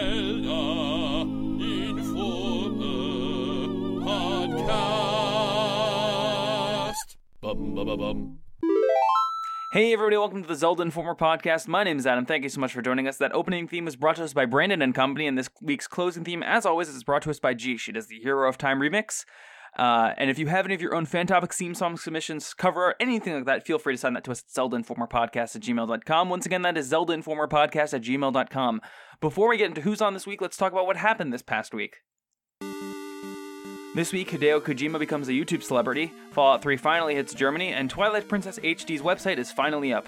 Zelda Informe Podcast. Bum, bum, bum, bum. Hey everybody, welcome to the Zelda Informer podcast. My name is Adam. Thank you so much for joining us. That opening theme was brought to us by Brandon and Company, and this week's closing theme, as always, is brought to us by G. She does the Hero of Time remix. Uh, and if you have any of your own fan topics, theme song submissions, cover art, anything like that, feel free to send that to us at zeldainformerpodcast at gmail.com. Once again, that is zeldainformerpodcast at gmail.com. Before we get into who's on this week, let's talk about what happened this past week. This week, Hideo Kojima becomes a YouTube celebrity, Fallout 3 finally hits Germany, and Twilight Princess HD's website is finally up.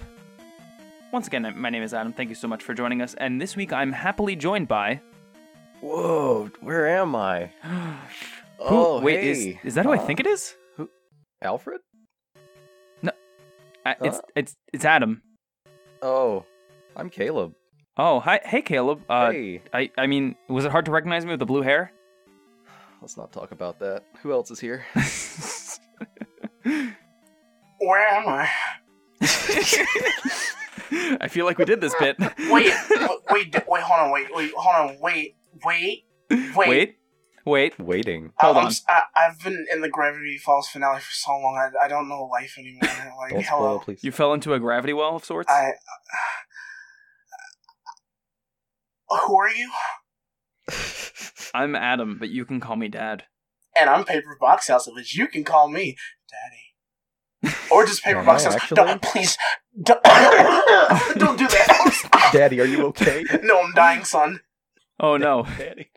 Once again, my name is Adam. Thank you so much for joining us. And this week, I'm happily joined by. Whoa, where am I? oh, wait, hey. Uh, is, is that who I Huh? think it is? Alfred? Uh, It's it's it's Adam. Oh, I'm Caleb. Oh, hi, hey Caleb. Uh, hey, I I mean, was it hard to recognize me with the blue hair? let's not talk about that. Who else is here? Where am I? I feel like we did this bit. Wait, wait, wait, wait, hold on, wait, wait, hold on, wait, wait, wait. wait, wait. Waiting. I- hold I'm on. s- I, have been in the Gravity Falls finale for so long, I, I don't know life anymore. Like, Don't hello. spoil, please. You fell into a gravity well of sorts. I. who are you? I'm Adam, but you can call me Dad. And I'm Paper Box House, of which you can call me Daddy. Or just Paper Box No, House. actually- Don't, please, don't, don't do that. Daddy, are you okay? no, I'm dying, son. Oh no. Daddy.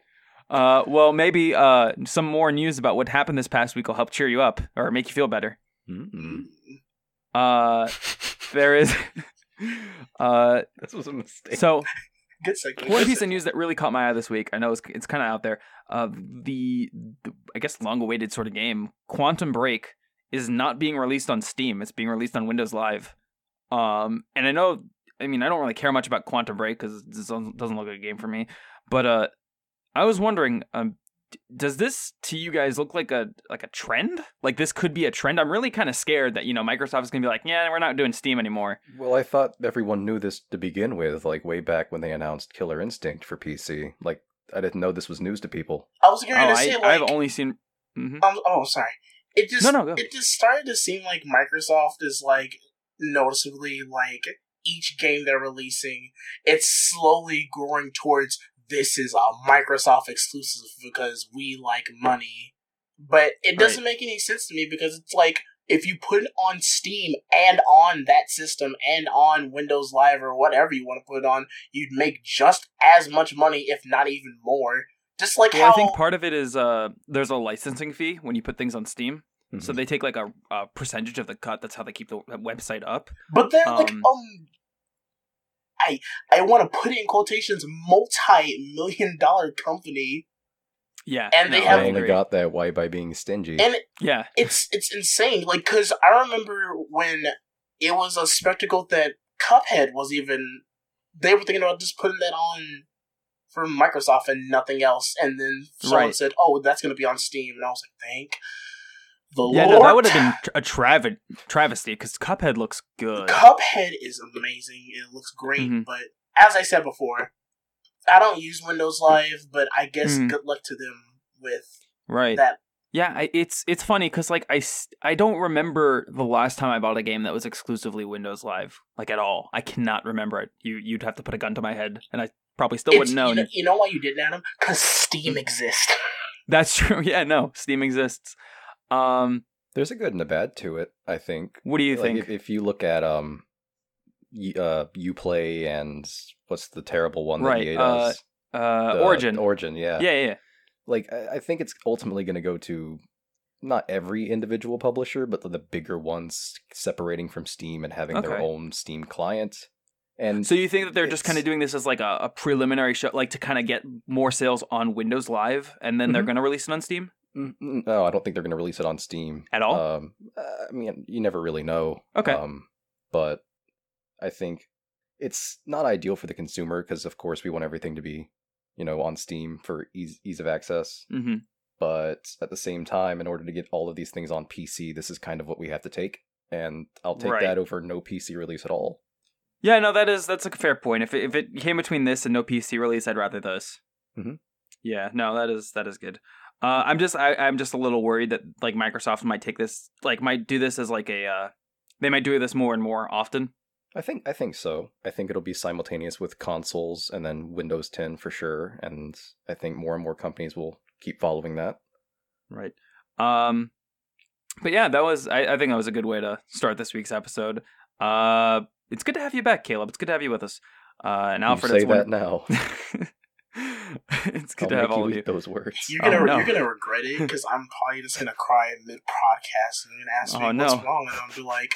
Uh, well, maybe uh, some more news about what happened this past week will help cheer you up or make you feel better. Mm. Mm-mm. Uh, there is. Uh, This was a mistake. so Good segue. one piece of news that really caught my eye this week. I know it's, it's kind of out there. Uh, the, the I guess long-awaited sort of game, Quantum Break, is not being released on Steam. It's being released on Windows Live. Um, and I know, I mean, I don't really care much about Quantum Break because it doesn't doesn't look like a game for me. But uh, I was wondering, um, d- does this to you guys look like a like a trend? Like this could be a trend. I'm really kind of scared that you know Microsoft is gonna be like, yeah, we're not doing Steam anymore. Well, I thought everyone knew this to begin with, like way back when they announced Killer Instinct for PC. Like, I didn't know this was news to people. I was going Oh, to I, say, like, I've only seen. Mhm. Um, oh, sorry. It just No, no, go. it just started to seem like Microsoft is like noticeably like each game they're releasing, it's slowly growing towards this is a Microsoft exclusive because we like money. But it doesn't make any sense to me because it's like if you put it on Steam and on that system and on Windows Live or whatever you want to put it on, you'd make just as much money, if not even more. Just like Well, how I think part of it is uh, there's a licensing fee when you put things on Steam, so Mhm. they take like a, a percentage of the cut. That's how they keep the website up. But they're like Um, um I I want to put it in quotations multi million dollar company Yeah, And they no, have- I I only agree. got that why by being stingy. and yeah. it's it's insane like cuz I remember when it was a spectacle that Cuphead was even they were thinking about just putting that on for Microsoft and nothing else and then someone Right. said oh that's going to be on Steam and I was like thank the Yeah, Lord no, that would have been tr- a trav- travesty because Cuphead looks good. Cuphead is amazing. It looks great, Mhm. but as I said before, I don't use Windows Live, but I guess Mhm. good luck to them with right. that. Yeah, I, it's it's funny because like I s- I don't remember the last time I bought a game that was exclusively Windows Live like at all. I cannot remember it. You you'd have to put a gun to my head, and I probably still It's- wouldn't know. You know, you know why you didn't, Adam? Because Mm-hmm. Steam exists. That's true. Yeah, no, Steam exists. Um, There's a good and a bad to it, I think. what do you like think? If, if you look at um, y- uh, you play and what's the terrible one that Right, EA uh, does? uh, The- Origin. Origin, yeah. yeah, yeah, yeah. Like I, I think it's ultimately going to go to not every individual publisher, but the, the bigger ones separating from Steam and having their Okay. own Steam client. And So you think that they're just It's- kind of doing this as like a, a preliminary show, like to kind of get more sales on Windows Live, and then they're Mhm. going to release it on Steam Mm, mm, no, I don't think they're going to release it on Steam at all? Um, uh, I mean, you never really know. Okay. Um, but I think it's not ideal for the consumer because, of course, we want everything to be, you know, on Steam for ease, ease of access. mm-hmm. But at the same time, in order to get all of these things on PC, this is kind of what we have to take. And I'll take Right. that over no PC release at all. Yeah, no, that is that's a fair point. If it, if it came between this and no PC release, I'd rather this. Mhm. Yeah, no, that is that is good. Uh, I'm just I, I'm just a little worried that like Microsoft might take this like might do this as like a uh, they might do this more and more often. I think I think so. I think it'll be simultaneous with consoles and then Windows 10 for sure, and I think more and more companies will keep following that. Right. Um, but yeah, that was I, I think that was a good way to start this week's episode. Uh, it's good to have you back, Caleb. It's good to have you with us. Uh, and Alfred, you say it's wonder- that now. it's good to I'll make have you all of eat you. those words. You're Oh, gonna no. you're gonna regret it because I'm probably just gonna cry mid podcast and you're gonna ask me Oh, what's no. wrong and I'll be like,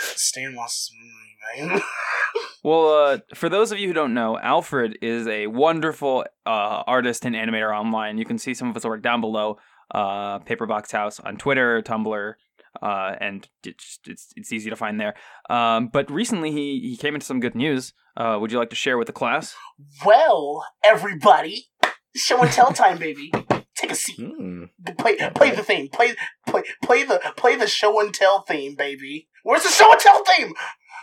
Stan lost his memory, man. Well, uh, for those of you who don't know, Alfred is a wonderful uh, artist and animator online. You can see some of his work down below. Uh, Paperbox House on Twitter, Tumblr, uh, and it's, it's it's easy to find there. Um, but recently, he he came into some good news. Uh, would you like to share with the class? well, everybody, show and tell time, baby. Take a seat. Hmm. Play play the theme. Play play play the play the show and tell theme, baby. Where's the show and tell theme?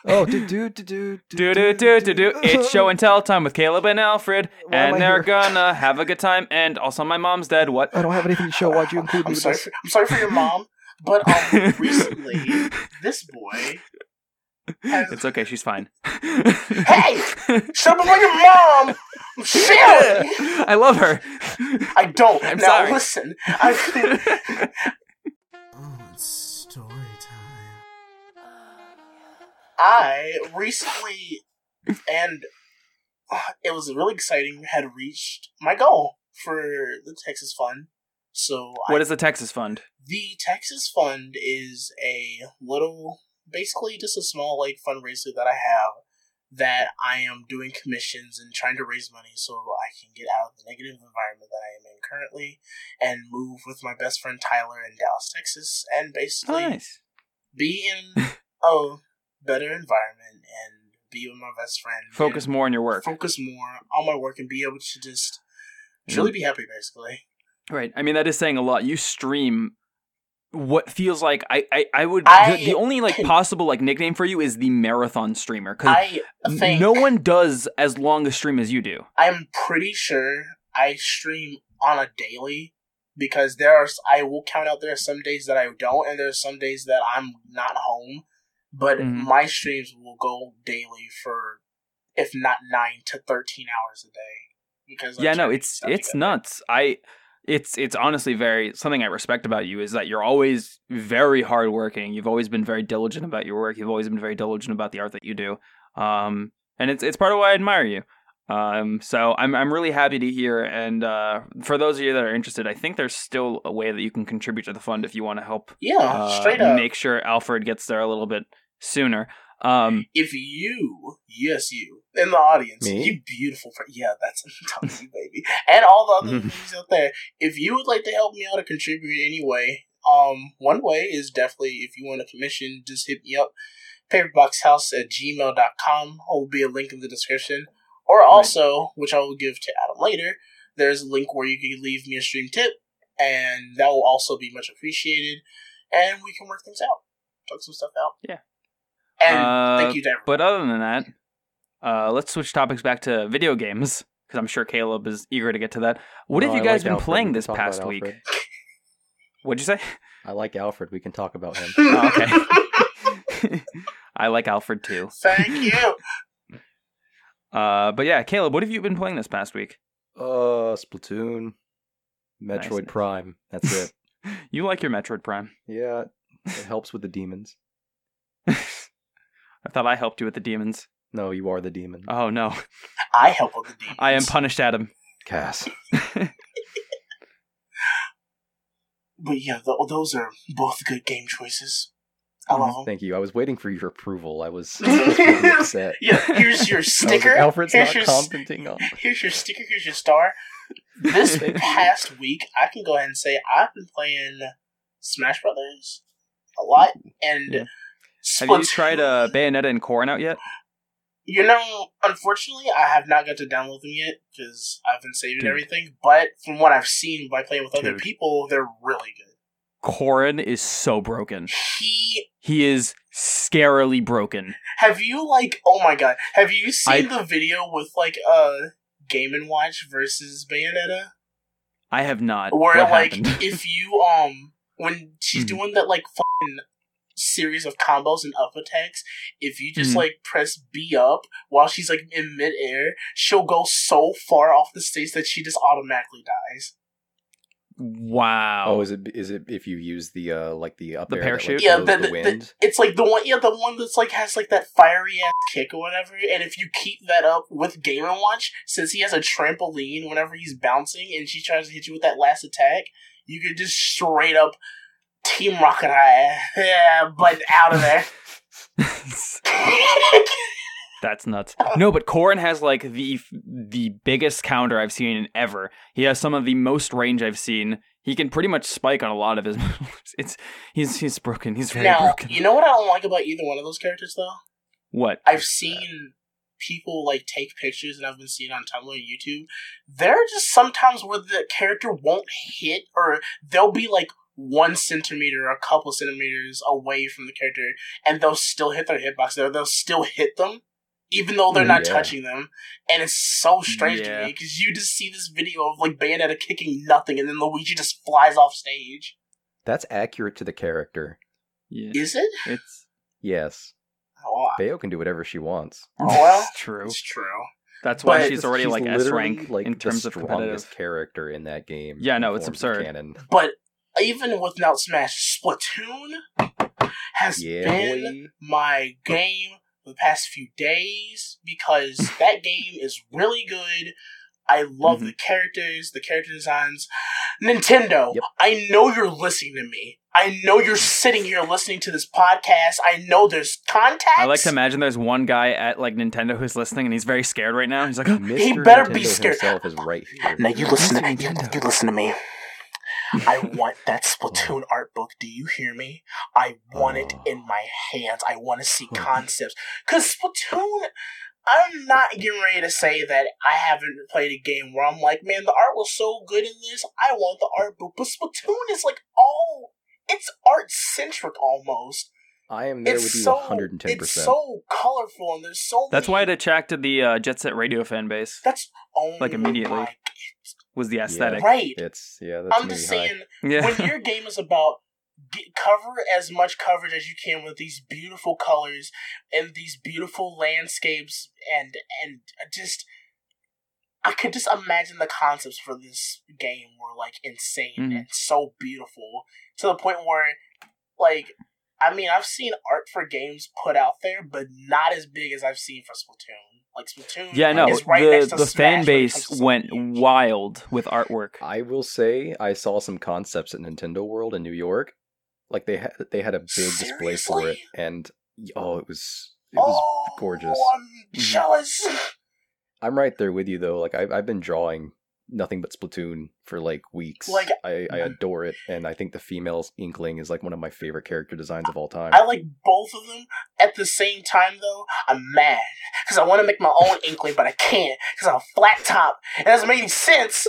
Oh, do do do do Do do do do do. It's show and tell time with Caleb and Alfred, Why am I and they're here? gonna have a good time. And also, my mom's dead. What? I don't have anything to show. Why'd you include me I'm with sorry. this? For, I'm sorry for your mom, but um, recently this boy. Has, It's okay. She's fine. hey, shut up about your mom. Shit. I love her. I don't. I'm now sorry. listen. I oh, it's story time. I recently, and uh, it was really exciting, had reached my goal for the Texas Fund. So I what is the Texas Fund? the Texas Fund is a little, basically just a small like fundraiser that I have that I am doing commissions and trying to raise money so I can get out of the negative environment that I am in currently and move with my best friend Tyler in Dallas, Texas, and basically Oh, Nice. be in a better environment and be with my best friend. Focus and more on your work. Focus more on my work and be able to just Mm-hmm. truly be happy, basically. Right. I mean, that is saying a lot. You stream what feels like I I, I would I- the, the only like possible like nickname for you is the marathon streamer because I think no one does as long a stream as you do. I'm pretty sure I stream on a daily because there are I will count out there are some days that I don't and there are some days that I'm not home, but Mhm. my streams will go daily for if not 9 to 13 hours a day because I'm yeah no trying to it's get stuff it's together. nuts i it's it's honestly very something i respect about you is that you're always very hardworking you've always been very diligent about your work you've always been very diligent about the art that you do um and it's it's part of why i admire you um so i'm i'm really happy to hear and uh for those of you that are interested i think there's still a way that you can contribute to the fund if you want to help Yeah, uh, straight up. make sure alfred gets there a little bit sooner um if you, yes, you, in the audience, Me? you beautiful, per- yeah, that's I'm telling you, baby, and all the other Mhm. things out there. If you would like to help me out or contribute anyway, um, one way is definitely if you want a commission, just hit me up, paperboxhouse at gmail.com. will be a link in the description, or also, which I will give to Adam later. There's a link where you can leave me a stream tip, and that will also be much appreciated, and we can work things out, talk some stuff out. Yeah. And Uh, thank you to everyone. But other than that, uh, let's switch topics back to video games because I'm sure Caleb is eager to get to that. What No, have you Oh, I guys like been Alfred. We playing can this talk about past week? Alfred. What'd you say? I like Alfred. We can talk about him. Oh, okay. I like Alfred too. Thank you. Uh, but yeah, Caleb, what have you been playing this past week? Uh, Splatoon, Metroid nice. Prime. That's it. You like your Metroid Prime. yeah, it helps with the demons. I thought I helped you with the demons. No, you are the demon. Oh no, I help with the demons. I am punished, Adam. Cass. but yeah, th- those are both good game choices. I uh-huh. love Mm, them. Thank you. I was waiting for your approval. I was really upset. Yeah, here's your I was like, sticker. Alfred's here's, not your, s- commenting on. here's your sticker. Here's your star. This Thank you. past week, I can go ahead and say I've been playing Smash Brothers a lot, and Yeah. Have you Splatoon- tried uh, Bayonetta and Corrin out yet? You know, unfortunately, I have not got to download them yet because I've been saving Dude. everything. But from what I've seen by playing with other Dude. people, they're really good. Corin is so broken. He He is scarily broken. have you like oh my god have you seen the video with like uh Game and Watch versus Bayonetta I have not. where What like happened? if you um when she's Mhm. doing that like fucking series of combos and up attacks if you just Mhm. like press B up while she's like in midair she'll go so far off the stage that she just automatically dies wow. Oh, is it is it if you use the uh like the up The air that, like, parachute? yeah, blows the, the the- the- wind? it's like the one, yeah, the one that's like has like that fiery ass kick or whatever. And if you keep that up with Game and Watch, since he has a trampoline whenever he's bouncing, and she tries to hit you with that last attack, you could just straight up Team Rocket Eye, yeah, but out of there. That's nuts. No, but Corin has like the the biggest counter I've seen ever. He has some of the most range I've seen. He can pretty much spike on a lot of his moves. It's he's he's broken. He's very now, broken. you know what I don't like about either one of those characters though. what? I've seen people like take pictures and I've been seeing on Tumblr and YouTube. There are just sometimes where the character won't hit or they'll be like one centimeter or a couple centimeters away from the character and they'll still hit their hitbox or they'll still hit them even though they're Mm, not yeah. touching them and it's so strange to Yeah. me because you just see this video of like bayonetta kicking nothing and then luigi just flies off stage That's accurate to the character. Yeah, is it it's Yes, oh, I- Bayo can do whatever she wants. Oh, well, it's true. it's true That's why but she's already like S literally, rank in the terms of competitive. strongest character in that game. Yeah, in no, the it's forms of absurd. Canon. But even without Smash, Splatoon has Yeah, been boy. my game the past few days because that game is really good. I love the characters, the character designs. Nintendo, Yep. I know you're listening to me. I know you're sitting here listening to this podcast. I know there's contacts. I like to imagine there's one guy at like Nintendo who's listening and he's very scared right now. He's like, Mr. He better be Nintendo scared. Himself is right here. Now you listen to me. You, Nintendo. you listen to me. I want that Splatoon art book. Do you hear me? I want it in my hands. I want to Oh. see concepts. Cause Splatoon, I'm not getting ready to say that I haven't played a game where I'm like, man, the art was so good in this. I want the art book. But Splatoon is like all it's art centric almost. I am there it's with you so 110%. It's so colorful and there's so. that's why many- it attracted the uh, Jet Set Radio fan base. That's oh like, immediately. my- Was the aesthetic? right. It's yeah, that's I'm me. just Hi. saying. when Yeah. your game is about get, cover as much coverage as you can with these beautiful colors and these beautiful landscapes and and just I could just imagine the concepts for this game were like insane Mhm. and so beautiful to the point where like I mean I've seen art for games put out there but not as big as I've seen for Splatoon. Like Splatoon Yeah, no. is right next the to the Smash fan when it base comes to went something huge. Uh, wild with artwork. I will say I saw some concepts at Nintendo World in New York. Like they had they had a big display for it, Seriously? and oh, it was it was. oh, gorgeous. I'm Mm-hmm. jealous. I'm right there with you though. Like I've I've been drawing nothing but Splatoon for like weeks. Like- I, I adore it, and I think the female Inkling is like one of my favorite character designs of all time. I like both of them at the same time, though. I'm mad because I want to make my own inkling, but I can't because I'm a flat top. It doesn't make any sense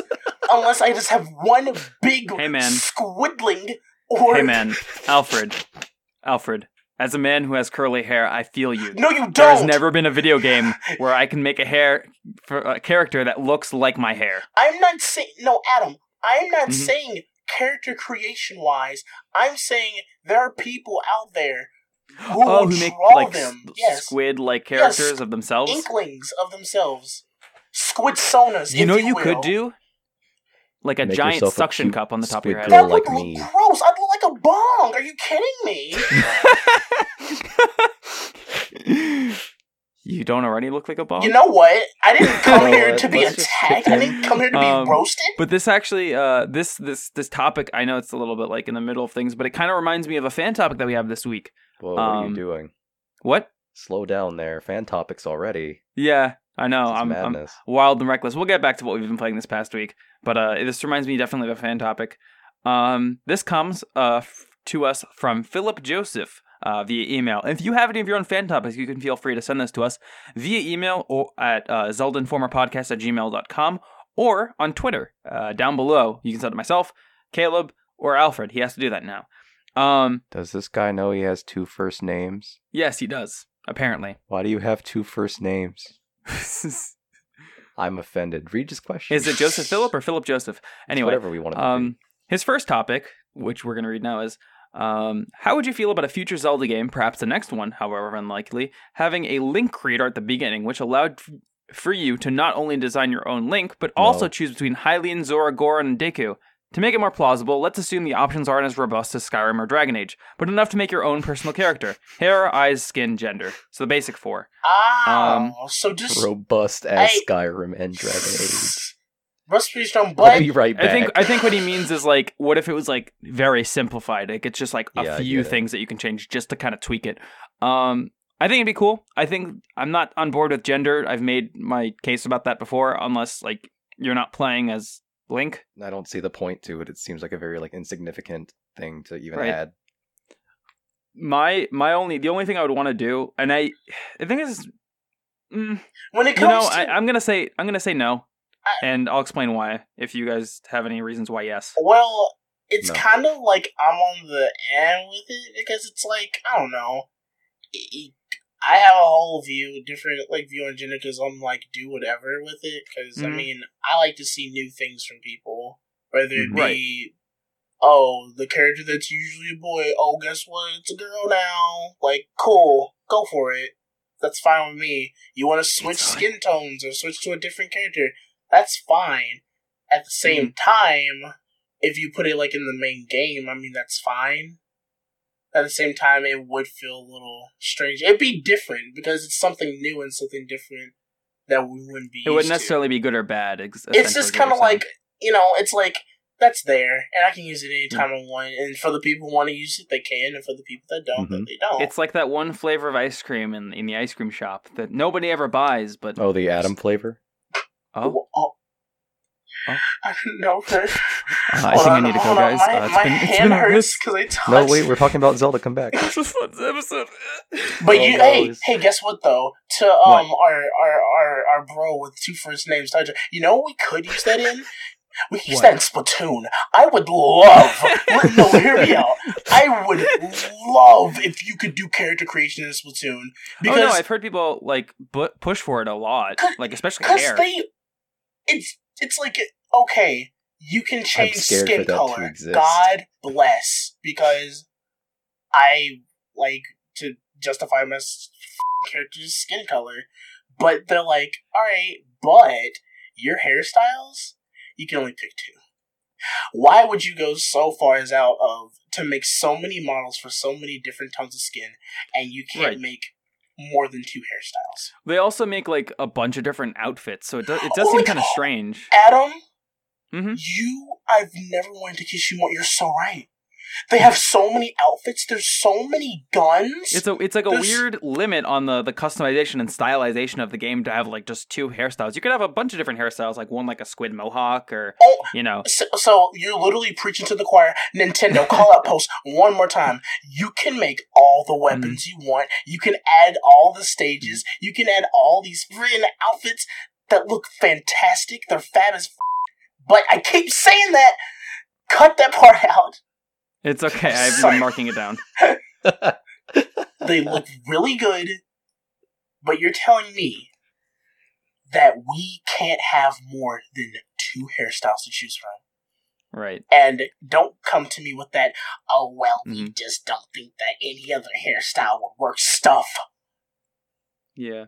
unless I just have one big Hey, man. squiddling or Hey man, Alfred, Alfred. As a man who has curly hair, I feel you. No, you don't. There has never been a video game where I can make a hair for a character that looks like my hair. I'm not saying no, Adam. I'm not Mhm. saying character creation wise. I'm saying there are people out there who oh, will who make draw like them. s- yes, squid-like Yes. characters of themselves. inklings of themselves, squid sonas. you know if you could will. do like a Make giant yourself a suction cute cup on the top of your squid head. girl. That would like look me. gross. I'd look like a bong. Are you kidding me? you don't already look like a ball. you know what? I didn't come You know here what? to be Let's just attacked. I didn't come here to be Um, roasted. But this actually, uh, this this this topic, I know it's a little bit like in the middle of things, but it kind of reminds me of a fan topic that we have this week. Whoa, what are um, you doing? What? Slow down there. Fan topics already. Yeah, I know. This is I'm, I'm madness. wild and reckless. We'll get back to what we've been playing this past week, but uh, this reminds me definitely of a fan topic. Um, this comes uh f- to us from Philip Joseph. Uh, via email. If you have any of your own fan topics, you can feel free to send this to us via email or at uh, zeldinformerpodcast at gmail.com or on Twitter. Uh, down below, you can send it to myself, Caleb, or Alfred. He has to do that now. Um, Does this guy know he has two first names? yes, he does apparently. Why do you have two first names? I'm offended. Read his question. Is it Joseph Philip or Philip Joseph? It's Anyway, whatever we want to Um, his first topic, which we're going to read now, is um, how would you feel about a future Zelda game, perhaps the next one, however unlikely, having a link creator at the beginning, which allowed f- for you to not only design your own link, but also No. choose between Hylian, Zora, Goron, and Deku? To make it more plausible, let's assume the options aren't as robust as Skyrim or Dragon Age, but enough to make your own personal character hair, eyes, skin, gender. So the basic four. Ah, so just robust as Hey. Skyrim and um, Dragon Age. Rust Beach don't We'll butt. be right back. I think I think what he means is like, what if it was like very simplified? Like it's just like a Yeah, I few get it. things that you can change just to kind of tweak it. Um, I think it'd be cool. I think I'm not on board with gender. I've made my case about that before. Unless like you're not playing as Link, I don't see the point to it. It seems like a very like insignificant thing to even Right. add. my my only the only thing I would want to do, and I I think this is. Mm, When it you comes know, to I, I'm gonna say I'm gonna say no, I- and I'll explain why if you guys have any reasons why yes. Well, it's No. kind of like I'm on the end with it because it's like I don't know. E- e- I have a whole view, different like view on gender because I'm like do whatever with it because I Mhm. mean I like to see new things from people, whether it Mhm. be Mm-hmm. Right. oh the character that's usually a boy, oh guess what, it's a girl now. Like cool, go for it. That's fine with me. You want to switch fine. skin tones or switch to a different character? That's fine. At the same Mm-hmm. time, if you put it like in the main game, I mean that's fine. At the same time, it would feel a little strange. It'd be different because it's something new and something different that we wouldn't be. It wouldn't used to. necessarily be good or bad. ex- It's just essentially is what kind of you're saying. like you know, it's like that's there, and I can use it anytime Mm. I want. And for the people who want to use it, they can, and for the people that don't, then Mhm. they don't. Mm-hmm. It's like that one flavor of ice cream in in the ice cream shop that nobody ever buys, but Oh, the Adam flavor. oh, Oh. Oh. I don't know. but- uh, I think I need to go, hold on, guys. My, uh, it's my been, it's hand been a hurts list. because I touched. No, wait, we're talking about Zelda. Come back. episode. But Oh, you, no, hey, it's- hey, guess what though? To um, our, our our our bro with two first names, Tiger. You know what we could use that in. We could use What? that in Splatoon. I would love. let- no, hear me out. I would love if you could do character creation in Splatoon Oh no, because I've heard people like bu- push for it a lot, like especially because hair. they it's it's like okay, you can change scared for skin that to color. exist. God bless because I like to justify my s- character's skin color, but they're like, all right, but your hairstyles, you can only pick two. Why would you go so far as out of to make so many models for so many different tones of skin, and you can't Right. make more than two hairstyles? They also make like a bunch of different outfits, so it does it does Oh my seem kind of God. strange. Adam, Mhm. you, I've never wanted to kiss you more. You're so right. They have so many outfits. There's so many guns. It's a it's like a There's- weird limit on the the customization and stylization of the game to have like just two hairstyles. You could have a bunch of different hairstyles, like one like a squid mohawk or Oh. you know. so, so you're literally preaching to the choir. Nintendo, call out post one more time. You can make all the weapons you want. You can add all the stages. You can add all these freaking outfits that look fantastic. They're fat as f- but I keep saying that. Cut that part out. It's okay. I've Sorry. been marking it down. They look really good, but you're telling me that we can't have more than two hairstyles to choose from. Right. And don't come to me with that, oh, well, we Mhm. just don't think that any other hairstyle would work stuff. Yeah.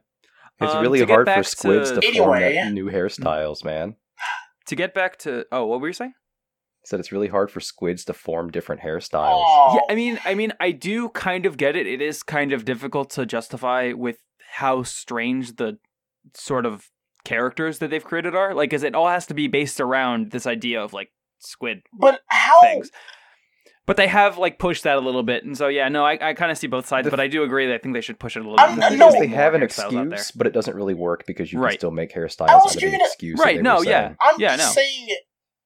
It's Um, really to get hard for back squids to, to- form Anyway. that new hairstyles, man. To get back to oh, what were you saying? Said it's really hard for squids to form different hairstyles. Oh, Yeah, I mean, I mean, I do kind of get it. It is kind of difficult to justify with how strange the sort of characters that they've created are. Like, is it all has to be based around this idea of like squid but Oh. how? things? But they have like pushed that a little bit, and so yeah, no, I, I kind of see both sides, The- but I do agree that I think they should push it a little I'm- bit. I more. know- Because they More have an hairstyles out there. excuse, but it doesn't really work because you Right. can still make hairstyles I was out of an gonna- excuse. that Right, they no, were yeah. saying. I'm Yeah, I just know. saying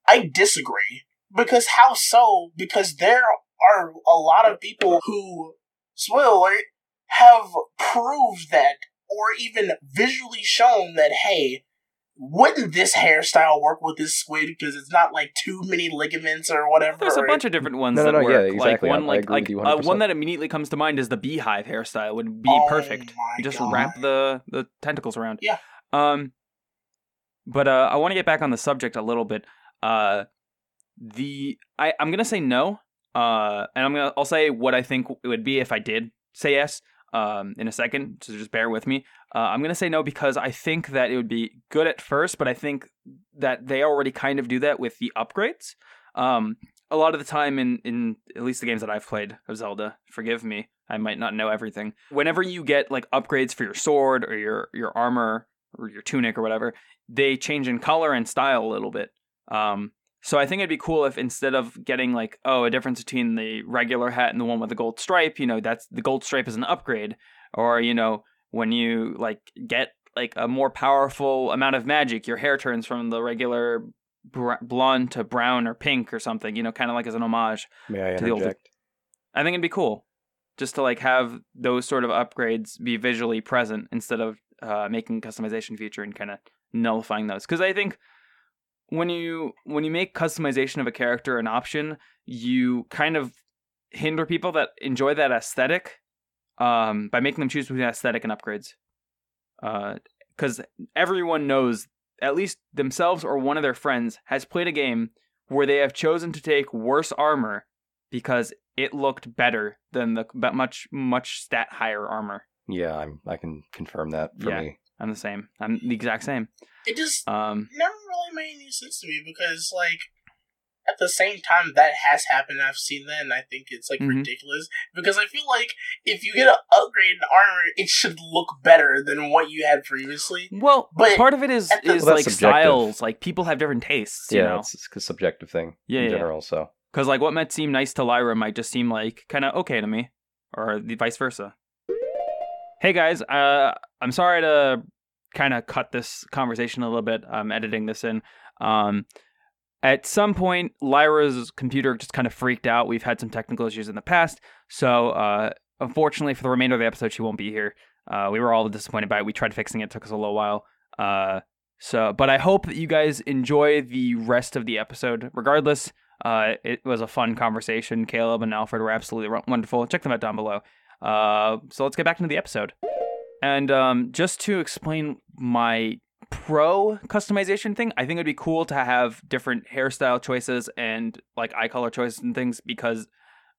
I disagree. Because how so? Because there are a lot of people who, spoiler alert, have proved that or even visually shown that, hey, wouldn't this hairstyle work with this squid? Because it's not like too many ligaments or whatever. There's a bunch of different ones No, that no, no, yeah, work. like exactly. I- one, I like agree with like you uh, 100%. one that immediately comes to mind is the beehive hairstyle would be Oh perfect. my You just God. wrap the the tentacles around. Yeah. Um, but uh, I want to get back on the subject a little bit. Uh, the I I'm gonna say no. Uh, and I'm gonna I'll say what I think it would be if I did say yes. Um, in a second, so just bear with me. Uh, I'm gonna say no because I think that it would be good at first, but I think that they already kind of do that with the upgrades. Um, a lot of the time in in at least the games that I've played of Zelda, forgive me, I might not know everything. Whenever you get like upgrades for your sword or your your armor or your tunic or whatever, they change in color and style a little bit. Um, so I think it'd be cool if instead of getting like oh a difference between the regular hat and the one with the gold stripe, you know that's the gold stripe is an upgrade, or you know when you like get like a more powerful amount of magic, your hair turns from the regular br- blonde to brown or pink or something, you know, kind of like as an homage. May I To the old- interject? I think it'd be cool just to like have those sort of upgrades be visually present instead of uh, making customization feature and kind of nullifying those. Because I think when you when you make customization of a character an option, you kind of hinder people that enjoy that aesthetic um, by making them choose between aesthetic and upgrades. Because everyone knows, at least themselves or one of their friends, has played a game where they have chosen to take worse armor because it looked better than the but much much stat higher armor. Yeah, I'm, I can confirm that for Yeah. me. I'm the same. I'm the exact same. It just Um, never really made any sense to me because like at the same time that has happened i've seen that and i think it's like Mhm. ridiculous because i feel like if you get an upgrade in armor it should look better than what you had previously well, But- part of it is Well, is that's like subjective. styles. Like people have different tastes. You yeah, know? it's, it's a subjective thing Yeah, in yeah. general. So Because like what might seem nice to Lyra might just seem like kind of okay to me, or the vice versa. Hey guys, uh, I'm sorry to kind of cut this conversation a little bit. I'm editing this in. Um, at some point, Lyra's computer just kind of freaked out. We've had some technical issues in the past, so uh, unfortunately for the remainder of the episode, she won't be here. Uh, we were all disappointed by it. We tried fixing it, took us a little while. Uh, so, but I hope that you guys enjoy the rest of the episode. Regardless, uh, it was a fun conversation. Caleb and Alfred were absolutely won- wonderful. Check them out down below. Uh, so let's get back into the episode. And um, just to explain my pro customization thing, I think it'd be cool to have different hairstyle choices and like eye color choices and things because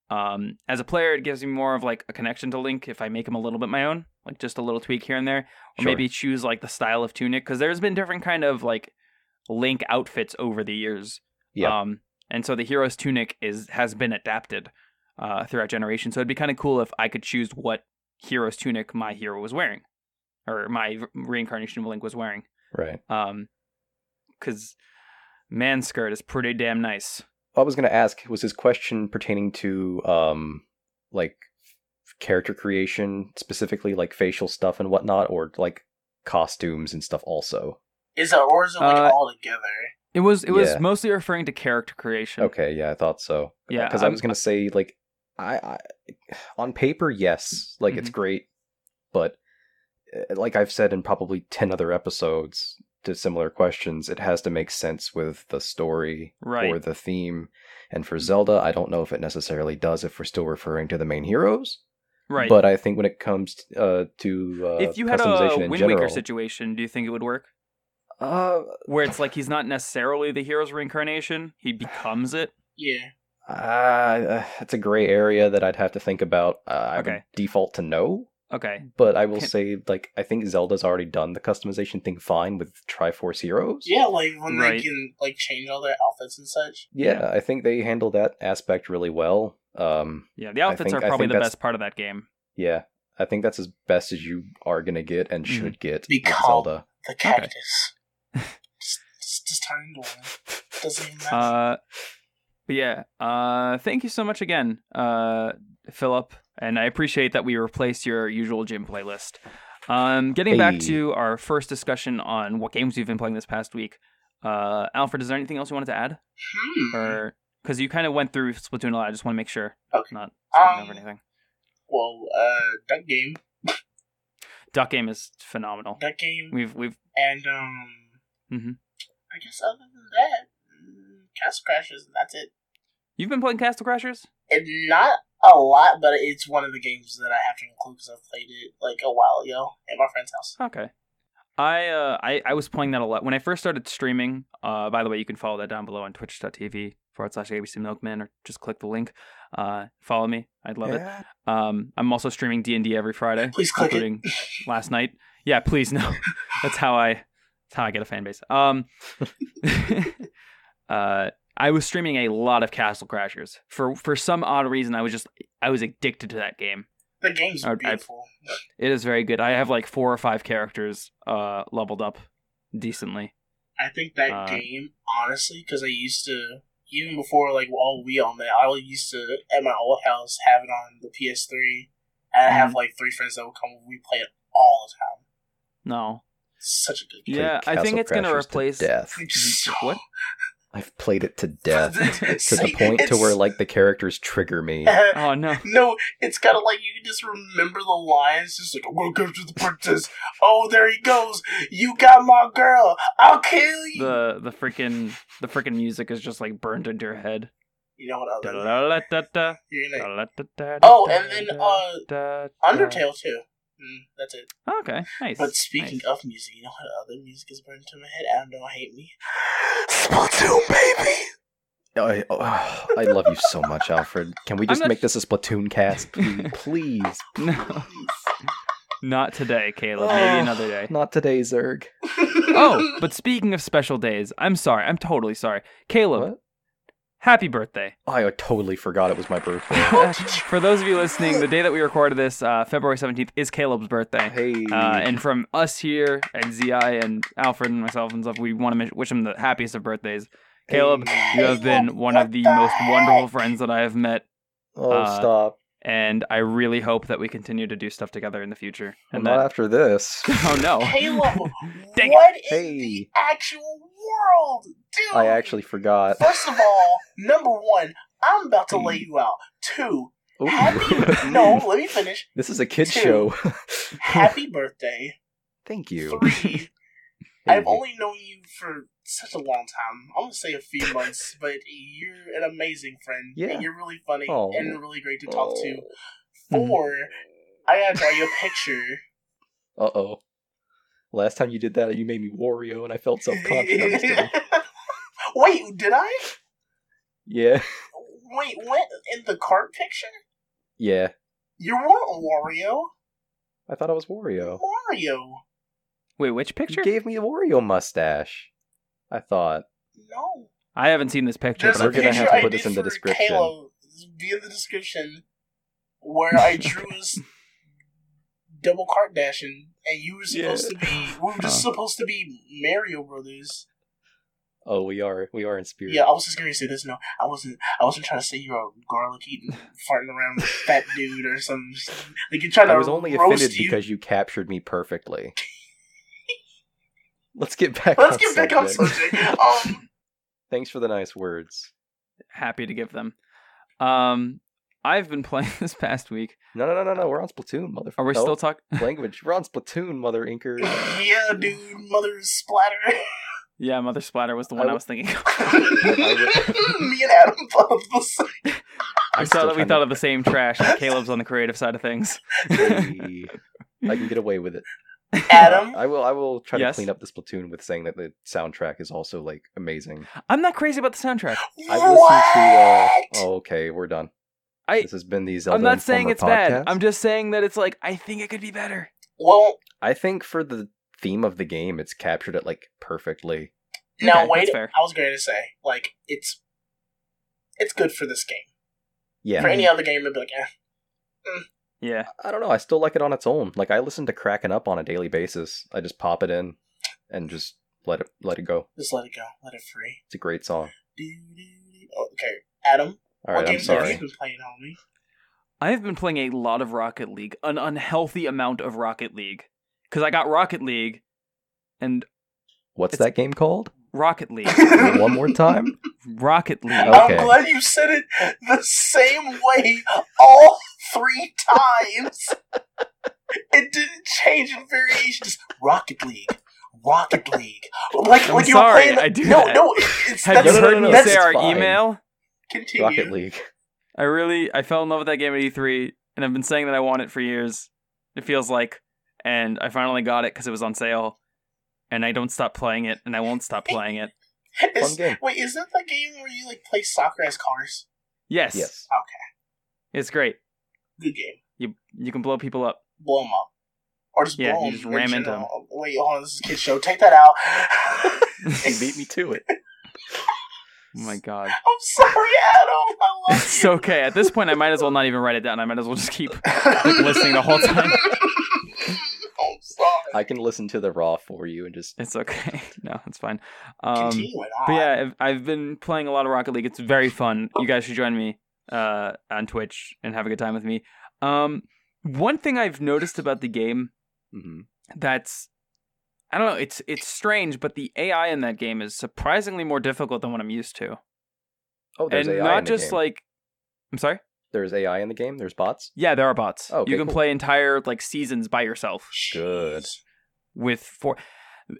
um, as a player, it gives me more of like a connection to Link if I make him a little bit my own, like just a little tweak here and there, or Sure. maybe choose like the style of tunic because there's been different kind of like Link outfits over the years. Yeah. Um, and so the hero's tunic is has been adapted uh, throughout generations. So it'd be kind of cool if I could choose what hero's tunic my hero was wearing, or my reincarnation of Link was wearing. right. Um, because man skirt is pretty damn nice. I was going to ask was his question pertaining to um like character creation specifically like facial stuff and whatnot or like costumes and stuff also. is it or is it like Uh, all together It was it was Yeah. mostly referring to character creation. Okay, yeah, I thought so. Yeah, cuz I I'm- was going to say like I, I on paper yes, like Mm-hmm. it's great, but uh, like I've said in probably 10 other episodes to similar questions, it has to make sense with the story Right. Mm-hmm. or the theme. And for Zelda, I don't know if it necessarily does if we're still referring to the main heroes. right. But I think when it comes uh, to uh, if you had a customization in Wind Waker general, situation, do you think it would work? uh, Where it's like he's not necessarily the hero's reincarnation; he becomes it. yeah uh, it's a gray area that I'd have to think about. Uh, I would Okay. default to no, Okay, but I will Can- say like I think Zelda's already done the customization thing fine with Triforce Heroes. yeah like when Right. they can like change all their outfits and such Yeah, I think they handle that aspect really well. Um, yeah, the outfits think- are I probably think the that's- best part of that game. yeah, I think that's as best as you are gonna get and Mhm. should get with Become. Zelda. the cactus just, just, just turn into one doesn't even matter Uh, but yeah, uh, thank you so much again, uh, Philip, and I appreciate that we replaced your usual gym playlist. Um, getting back Hey. to our first discussion on what games we've been playing this past week, uh, Alfred, is there anything else you wanted to add, hmm. or because you kind of went through Splatoon a lot, I just want to make sure Okay. not skipping over Um, anything. well uh that game Duck Game is phenomenal. that game We've we've and um Mhm. I guess other than that, mm, Castle Crashers, and that's it. You've been playing Castle Crashers? And not a lot, but it's one of the games that I have to include because I've played it like a while ago at my friend's house. Okay. I uh I, I was playing that a lot. When I first started streaming, uh by the way, you can follow that down below on twitch.tv forward slash ABC Milkman or just click the link. Uh follow me. I'd love yeah. it. Um I'm also streaming D and D every Friday. Please click it. including last night. Yeah, please no. That's how I that's how I get a fan base. Um uh I was streaming a lot of Castle Crashers. For for some odd reason I was just I was addicted to that game. The game's I- I- beautiful. It is very good. I have like four or five characters uh leveled up decently. I think that Uh, game, honestly, because I used to even before like all we on that, I used to at my old house have it on the PS3, and I have Mm-hmm. like three friends that would come. We play it all the time. No. It's such a good game. Yeah, I think it's gonna replace death. So- what? I've played it to death to the See, point to it's- where like the characters trigger me. Oh no. No, it's kind of like you just remember the lines, just like, I'm gonna go to the princess. Oh, there he goes. You got my girl. I'll kill you. The the freaking the freaking music is just like burned into your head. you know what? Other Da-la-la-da-da, you're gonna, da-la-da-da-da, Oh, and then, uh, da-da-da. Undertale, too. Mm, that's it. Okay, nice. But speaking nice. of music, you know what other music is burned to my head? Adam, don't hate me. Splatoon, baby! I, oh, I love you so much, Alfred. Can we I'm just not- make this a Splatoon cast, please? please? No, not today, Caleb. Maybe Oh, another day. Not today, Zerg. Oh, but speaking of special days, I'm sorry. I'm totally sorry. Caleb, What? happy birthday. I totally forgot it was my birthday. For those of you listening, the day that we recorded this, uh, February 17th, is Caleb's birthday. Hey, Uh, and from us here at ZI and Alfred and myself and stuff, we want to wish him the happiest of birthdays. Caleb, Hey. you have been Caleb, one of what the the most wonderful heck? friends that I have met, oh uh, stop! and I really hope that we continue to do stuff together in the future. Well, And not that, after this. oh no, Caleb, Dang what in Hey. the actual world? Dude! I actually forgot. First of all, number one, I'm about to lay you out. Two, Ooh. happy. no, let me finish. this is a kid Two. show. Happy birthday. Thank you. Three, Hey. I've only known you for such a long time. I'm gonna say a few months, but you're an amazing friend. Yeah. Oh. and you're really funny Aw. and really great to talk Oh. to. Mhm. Four, I gotta draw you a picture. Uh oh. Last time you did that, you made me Wario, and I felt self conscious. Wait, did I? yeah, Wait, what in the cart picture? yeah. You weren't Wario. I thought I was Wario. Wario. wait, which picture? You gave me a Wario mustache. I thought. No. I haven't seen this picture. There's But a we're I'm gonna picture have to I put did this in the for description. Halo. Be in the description where I drew us double cart dashing, and you were supposed to be. We were just Huh. supposed to be Mario Brothers. Oh, we are. We are in spirit. Yeah, I was just gonna say this. No, I wasn't. I wasn't trying to say you're a garlic eating, farting around fat dude or something. Like you're trying I to. was only roast offended you. because you captured me perfectly. Let's get back. Let's on get back on subject. Um, Thanks for the nice words. happy to give them. Um, I've been playing this past week. No, no, no, no, no. We're on Splatoon, motherfucker. Are we No, still talking? language? We're on Splatoon, mother inker. yeah, dude, mother splatter. Yeah, Mother Splatter was the I one I, w- was thinking. Of. Me and Adam thought of this. I I'm saw still that we trying thought to- of the same trash. and Caleb's on the creative side of things. Hey, I can get away with it. Adam. I will. I will try Yes? to clean up the Splatoon with saying that the soundtrack is also like amazing. I'm not crazy about the soundtrack. I've listened to. Uh, oh, okay, we're done. I- this has been the Zelda. I'm not saying Informer it's bad. podcast. I'm just saying that it's like I think it could be better. Well, I think for the theme of the game, it's captured it like perfectly. now Okay, wait. that's fair. I was going to say, like, it's it's good for this game. Yeah, For any other game, it'd be like, eh. Yeah. I don't know. I still like it on its own. Like I listen to Kraken Up on a daily basis. I just pop it in and just let it let it go. just let it go, let it free. It's a great song. Doo-doo-doo. Oh, Okay, Adam. All what right, I'm games have you sorry. been playing, homie? I have been playing a lot of Rocket League, an unhealthy amount of Rocket League, because I got Rocket League, and What's It's- that game called? Rocket League, One more time. Rocket League. Oh. Okay. I'm glad you said it the same way all three times. It didn't change in variations. Rocket League. Rocket League. Like I'm like you sorry, were playing. I do No, that. no, it's Have that's, you no, no, heard no, no, me that's, say it's our fine. email? continue. Rocket League. I really I fell in love with that game at E3, and I've been saying that I want it for years. It feels like, and I finally got it because it was on sale, and I don't stop playing it, and I won't stop playing it. Is- Fun game. Wait, is that the game where you like play soccer as cars? Yes, Yes. it's great. Good game. You you can blow people up. Blow them up, or just Yeah, blow you 'em just in ram into general. Wait, hold on. This is a kid show. Take that out. You beat me to it. Oh my god, I'm sorry, Adam. I love it's okay. At this point, I might as well not even write it down. I might as well just keep. you. like, listening the whole time. I'm sorry. I can listen to the raw for you and just It's okay. No, it's fine. Um, Continue it on. But yeah, I've, I've been playing a lot of Rocket League. It's very fun. You guys should join me uh, on Twitch and have a good time with me. Um, one thing I've noticed about the game mhm. that's I don't know, it's it's strange, but the AI in that game is surprisingly more difficult than what I'm used to. Oh, there's and AI not in the just game. like I'm sorry? there's AI in the game. There's bots. Yeah, there are bots. Oh, okay, you can cool. play entire like seasons by yourself. Good. with four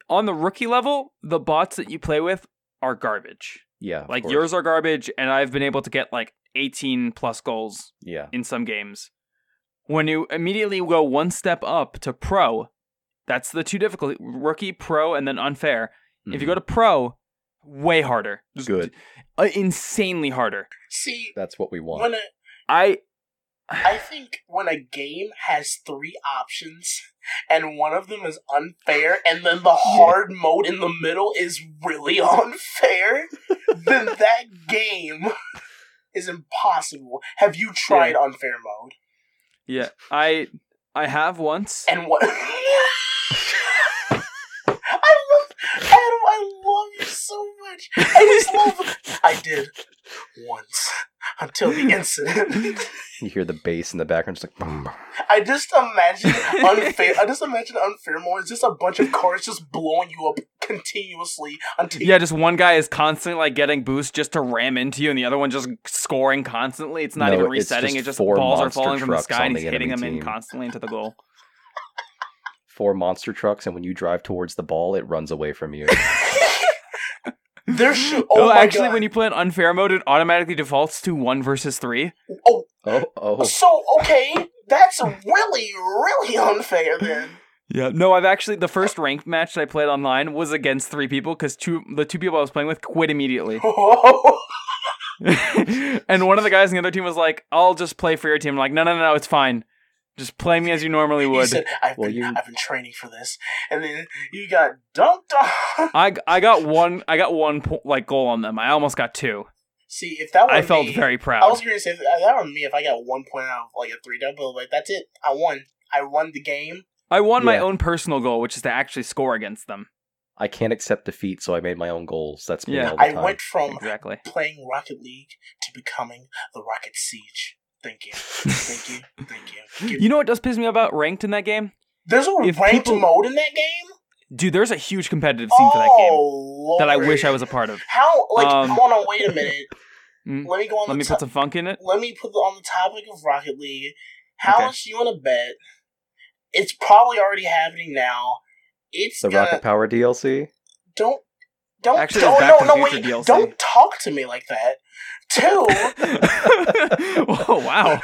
on the rookie level the bots that you play with are garbage Yeah, of like course. yours are garbage and i've been able to get like 18 plus goals Yeah, in some games when you immediately go one step up to pro that's the two difficult rookie pro and then unfair if Mm-hmm. you go to pro way harder Mhm. good, uh, insanely harder See, that's what we want. when a, i I think when a game has three options and one of them is unfair, and then the hard mode in the middle is really unfair, then that game is impossible. Have you tried unfair mode? yeah i i have once And what? I love Adam. I love you so much. I just love. I did once until the incident. you hear the bass in the background, just like boom, boom. I just imagine unfair. I just imagine unfair more. It's just a bunch of cars just blowing you up continuously until Yeah, just one guy is constantly like getting boost just to ram into you, and the other one just scoring constantly. It's not No, even it's just resetting. It just four balls are monster falling from the trucks sky, on and the he's hitting them enemy in team. constantly into the goal. four monster trucks, and when you drive towards the ball, it runs away from you. there should. Oh, Oh, my actually, God. when you play on unfair mode, it automatically defaults to one versus three. oh, oh, So okay, that's really really unfair then. Yeah. No, I've actually the first ranked match that I played online was against three people because two the two people I was playing with quit immediately, and one of the guys on the other team was like, "I'll just play for your team." I'm like, no, no, no, no, it's fine. Just play me as you normally You would. said I've Well, been you- I've been training for this, and then you got dunked on. I, I got one I got one po- like goal on them. I almost got two. See, if that were I felt me, very proud. I was gonna say if that were me, if I got one point out of like a three double, like that's it. I won. I won the game. I won my Yeah. own personal goal, which is to actually score against them. I can't accept defeat, so I made my own goals. That's me Yeah. all the I time. went from Exactly. playing Rocket League to becoming the Rocket Siege. Thank you. Thank you. Thank you. Thank you. You know what does piss me about ranked in that game? There's a if ranked people- mode in that game? Dude, there's a huge competitive scene Oh, for that game Lord. that I wish I was a part of. How, like, Um, hold on, wait a minute. Mm. Let me go on Let the me top. put some funk in it. let me put on the topic of Rocket League. How Okay. much do you want to bet? It's probably already happening now. It's the gonna Rocket Power DLC. don't don't Actually, don't it's Back no to the no Future wait DLC. don't talk to me like that. Two, oh wow.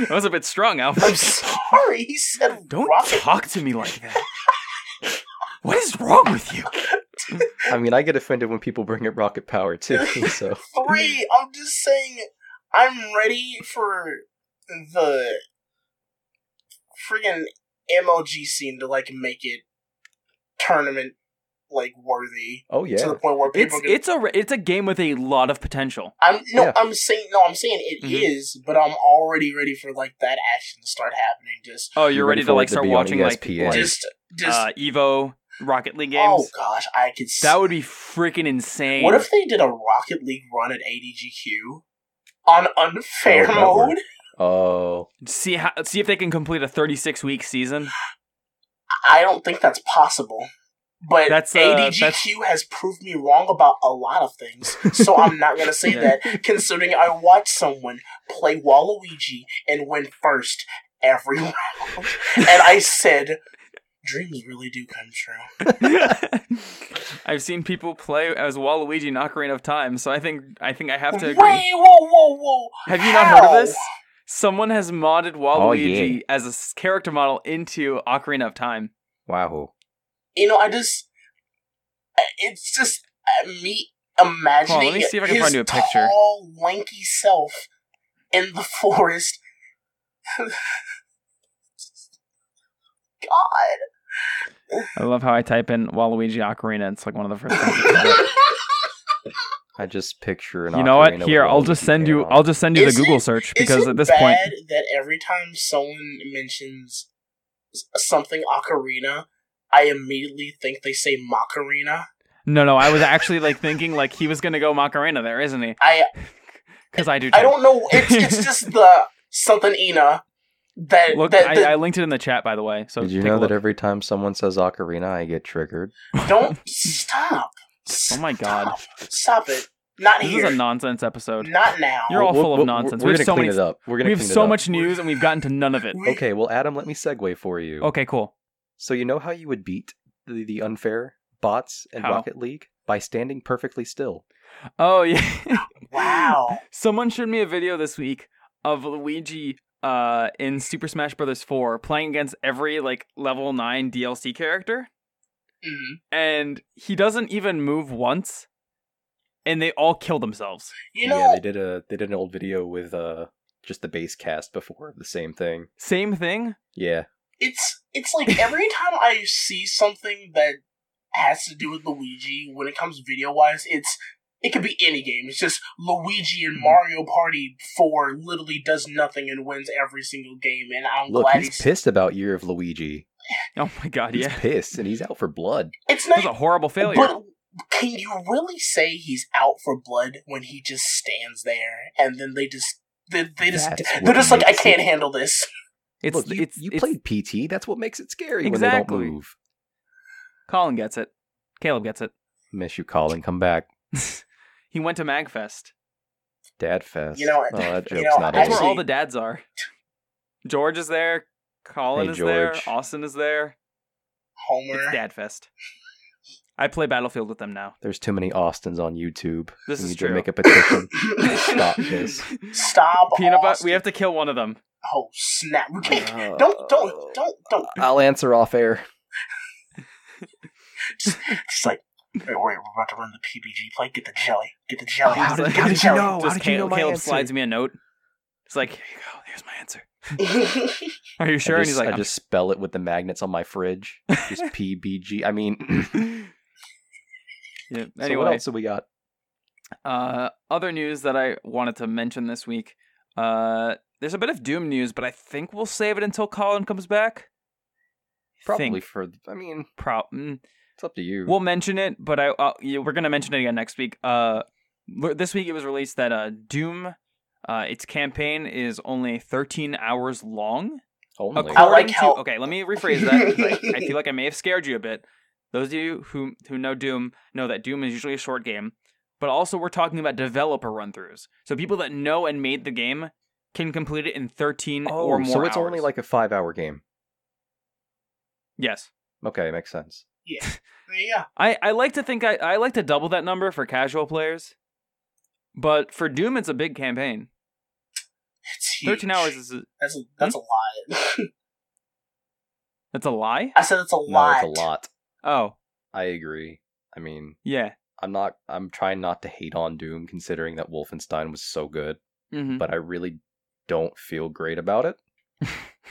that was a bit strong, I'm Alfred. sorry, he said Don't Rocket. talk to me like that. What is wrong with you? I mean, I get offended when people bring up Rocket Power too. So Three, Oh, I'm just saying, I'm ready for the friggin' MLG scene to like make it tournament like worthy oh to yeah, the point where It's people can it's a re- it's a game with a lot of potential. I'm no, Yeah. I'm saying no, I'm saying it is, Mhm. but I'm already ready for like that action to start happening. Just, Oh, you're ready ready for to it like to start be on E watching like, ESPN. like just, just. uh, Evo Rocket League games. oh gosh, I could. s- That would be freaking insane. what if they did a Rocket League run at ADGQ on unfair That would mode? oh see how see if they can complete a 36 week season? I don't think that's possible. But That's, uh, ADGQ has proved me wrong about a lot of things, so I'm not gonna say Yeah. that. Considering I watched someone play Waluigi and win first every round, and I said, Dreams really do come true. I've seen people play as Waluigi in Ocarina of Time, so I think I think I have to Wait, agree. whoa, whoa, whoa! Have you not heard How? of this? Someone has modded Waluigi Oh, yeah. as a s- character model into Ocarina of Time. Wow. You know, I just it's just uh, me Hold imagining on, let me see if I can his find you a picture. tall, lanky self in the forest. God. I love how I type in Waluigi Ocarina. It's like one of the first things. that comes up. I just picture an you know what? ocarina Here, with I'll Waluigi just send you. hand on I'll just send you the Is Google it- search Is because it at this bad point, that every time someone mentions s- something ocarina, I immediately think they say macarena. no, no, I was actually like thinking like he was gonna go Macarena there, isn't he? I Because I do. Too. I don't know. It's it's just the something ina that Look, that, that I, I linked it in the chat, by the way. So Did you take a know look. that every time someone says ocarina, I get triggered? Don't stop. Oh my god. Stop, Stop it. Not This here. is a nonsense episode. Not now. You're all full of We're- nonsense. We're, We have gonna so clean many- it up. We're gonna We have clean it so up. much news and we've gotten to none of it. We- Okay, well, Adam, let me segue for you. Okay, cool. So you know how you would beat the, the unfair bots in How? Rocket League by standing perfectly still. Oh yeah. Wow. Someone showed me a video this week of Luigi uh in Super Smash Bros. 4 playing against every like level 9 DLC character Mhm. and he doesn't even move once and they all kill themselves. You know, yeah, they did a they did an old video with uh just the base cast before the same thing. Same thing? Yeah, it's it's like every time I see something that has to do with Luigi, when it comes video wise, it's it could be any game. It's just Luigi Mm-hmm. and Mario Party Four literally does nothing and wins every single game, and I'm look, glad he's pissed about Year of Luigi. Oh my god, He's yeah. pissed, and he's out for blood. It's That not was a horrible failure. But can you really say he's out for blood when he just stands there and then they just they, they just That's they're what just like I makes it- can't handle this. it's look, you, it's you it's- played PT. That's what makes it scary when they Exactly. don't move. Colin gets it. Caleb gets it. Miss you, Colin. Come back, he went to Magfest. Dad Fest. You know what? oh, that joke's You know, not That's over. where all Actually- the dads are. George is there. Colin Hey, is there. George. Austin is there. It's Homer. Dadfest. I play Battlefield with them now. There's too many Austins on YouTube. This we is need true. to make a petition. Stop this. Stop. Peanut butter. Austin. We have to kill one of them. Oh snap! We can't. Don't Uh, don't don't don't. I'll answer off air. Just, just like. Wait, wait, we're about to run the PBG play. Get the jelly. Get the jelly. Oh, How did- Get how the did you jelly. know? How Just did you know Caleb, my Caleb answer? slides me a note. It's like, here you go. Here's my answer. Are you sure? I just- and he's like, I "I'm just spell it with the magnets on my fridge. Just PBG. I mean, Yeah. so what Anyway, else have we got? uh, other news that I wanted to mention this week. Uh, there's a bit of Doom news, but I think we'll save it until Colin comes back. Probably Think. for. I mean, Pro- mm, it's up to you. We'll mention it, but I uh, yeah, we're gonna mention it again next week. Uh, l- this week it was released that uh, Doom, uh, its campaign is only 13 hours long. Only. I like According to- how- okay, let me rephrase that. 'cause I, I feel like I may have scared you a bit. Those of you who who know Doom know that Doom is usually a short game, but also we're talking about developer run throughs. So people that know and made the game can complete it in 13 Oh, or more. so it's hours. only like a five-hour game. yes. Okay, makes sense. yeah. I, I like to think I, I like to double that number for casual players. But for Doom, it's a big campaign. It's huge. 13 hours is Hmm? a, That's a, that's a lot. that's a lie? I said it's a No, lot. it's a lot. Oh, I agree. I mean, yeah. I'm not. I'm trying not to hate on Doom, considering that Wolfenstein was so good, hmm but I really don't feel great about it.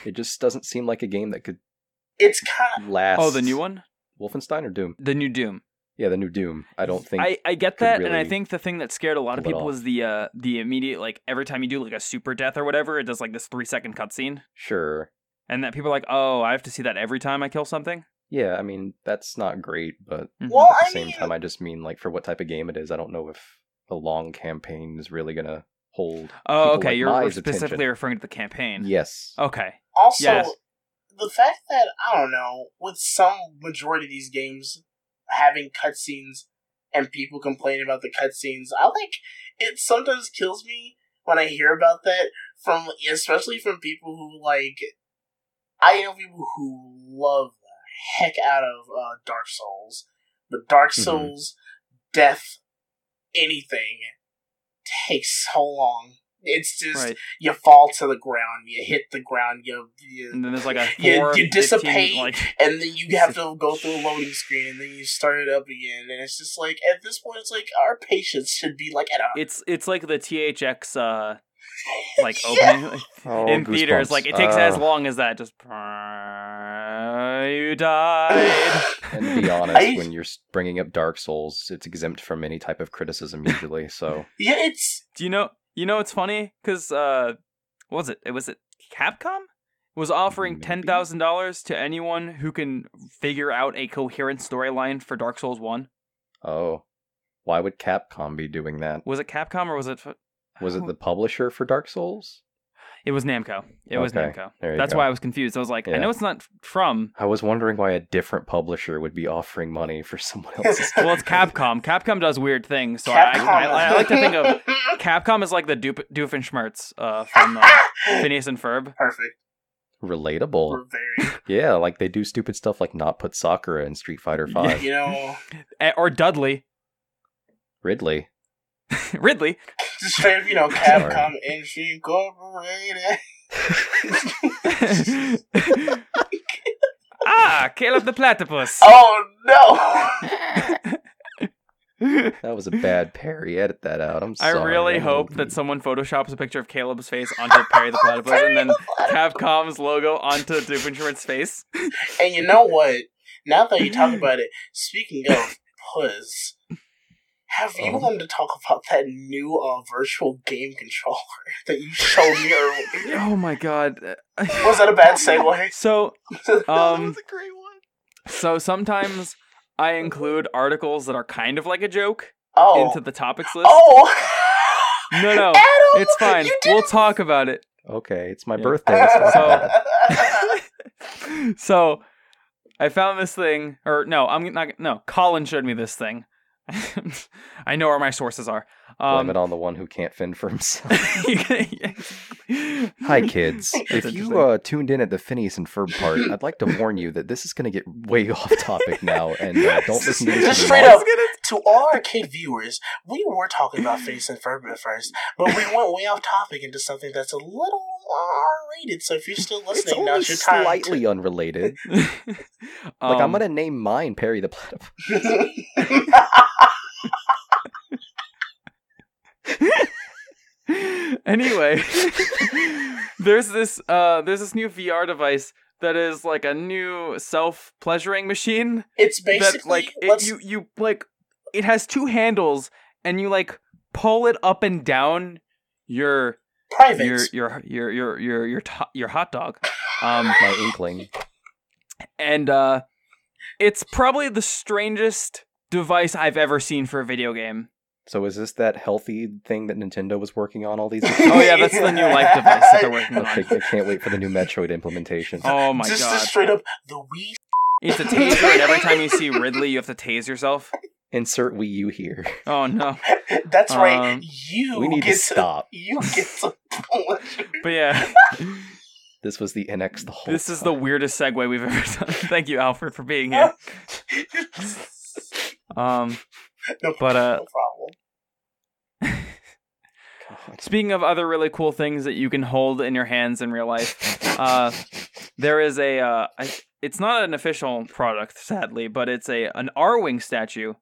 it just doesn't seem like a game that could It's kind last. Oh, the new one? Wolfenstein or Doom? The new Doom. Yeah, the new Doom. I don't think I, I get could that, and I really think the thing that scared a lot of pull it people off. was the uh the immediate like every time you do like a super death or whatever, it does like this three second cutscene. sure. And that people are like, Oh, I have to see that every time I kill something. Yeah, I mean that's not great, but Mhm. Well, at the I same mean- time, I just mean like for what type of game it is. I don't know if a long campaign is really gonna hold. oh, people okay. like You're my specifically attention. referring to the campaign. Oh. Yes. Okay. Also, Yes. the fact that I don't know with some majority of these games having cutscenes and people complaining about the cutscenes, I like it. Sometimes kills me when I hear about that from especially from people who like I know people who love the heck out of uh, Dark Souls, but Dark Mm-hmm. Mhm. Souls, Death, anything takes so long. It's just right? you fall to the ground, you hit the ground, you, you And then there's like a You- four, you 15, dissipate. like and then you have to go through a loading screen, and then you start it up again, and it's just like at this point, it's like our patience should be like at a it's it's like the THX uh like Yeah. opening like, Oh, in theaters. goosebumps. Like it takes as Ah. long as that. Just you died. And to be honest, I- when you're s- bringing up Dark Souls, it's exempt from any type of criticism usually. So yeah, it's Do you know? You know, it's funny because uh, what was it? It was it Capcom was offering Maybe. ten thousand dollars to anyone who can figure out a coherent storyline for Dark Souls One. oh, why would Capcom be doing that? Was it Capcom or was it? Was Oh. it the publisher for Dark Souls? It was Namco. It was Okay, Namco. There you That's go. why I was confused. I was like, I Yeah. know it's not from. I was wondering why a different publisher would be offering money for someone else's. Well, it's Capcom. Capcom does weird things, so I, I, I, I like to think of Capcom is like the Doof- Doofenshmirtz uh, from uh, Phineas and Ferb. perfect. Relatable. We're very Yeah, like they do stupid stuff like not put Sakura in Street Fighter Five. you know Eh, or Dudley, Ridley. Ridley. just straight up, you know Capcom Industry Incorporated. ah, Caleb the Platypus. Oh no! That was a bad parry. Edit that out. I'm I sorry. really I'm hope gonna that be- someone photoshops a picture of Caleb's face onto Perry the Platypus and then Capcom's logo onto Doofenshmirtz's face. And you know what? Now that you talk about it, speaking of puss, have you Oh. wanted to talk about that new uh, virtual game controller that you showed me earlier? Oh my god. Was that a bad segue? So that Um, was a great one. so sometimes I include articles that are kind of like a joke Oh. into the topics list. oh. No, no. Adam, It's fine. you We'll didn't- talk about it. Okay, it's my Yeah. birthday. It's not So- bad. so I found this thing, or no, I'm not. No, Colin showed me this thing. I know where my sources are. Blame Um, it on the one who can't fend for himself. Hi, Hi, kids. if interesting. you uh, tuned in at the Phineas and Ferb part, I'd like to warn you that this is going to get way off topic now, and uh, don't listen to this. Just anymore. straight up to all our kid viewers, we were talking about face and Ferb at first, but we went way off topic into something that's a little R-rated. So if you're still It's listening, only now's your time. slightly unrelated. Like Um, I'm gonna name mine Perry the Platypus. Um, anyway, there's this uh, there's this new VR device that is like a new self pleasuring machine. it's basically that like it, let's- you you like it has two handles and you like pull it up and down your private. your your your your your your, to- your hot dog um My inkling. and uh it's probably the strangest device I've ever seen for a video game. So is this that healthy thing that Nintendo was working on all these? Oh yeah, that's the new life device that they're working Okay, on. I can't wait for the new Metroid implementation. Oh my just god. just straight up the Wii. It's a taser and every time you see Ridley you have to tase yourself. Insert Wii U here. Oh no. That's right. Um, You We need get to stop. You get to. But yeah. This was the NX the whole. This is the time. weirdest segue we've ever done. Thank you, Alfred, for being here. Oh. Um no, But, uh, no problem. God. Speaking of other really cool things that you can hold in your hands in real life, uh, there is a. Uh, I, it's not an official product, sadly, but it's a an R wing statue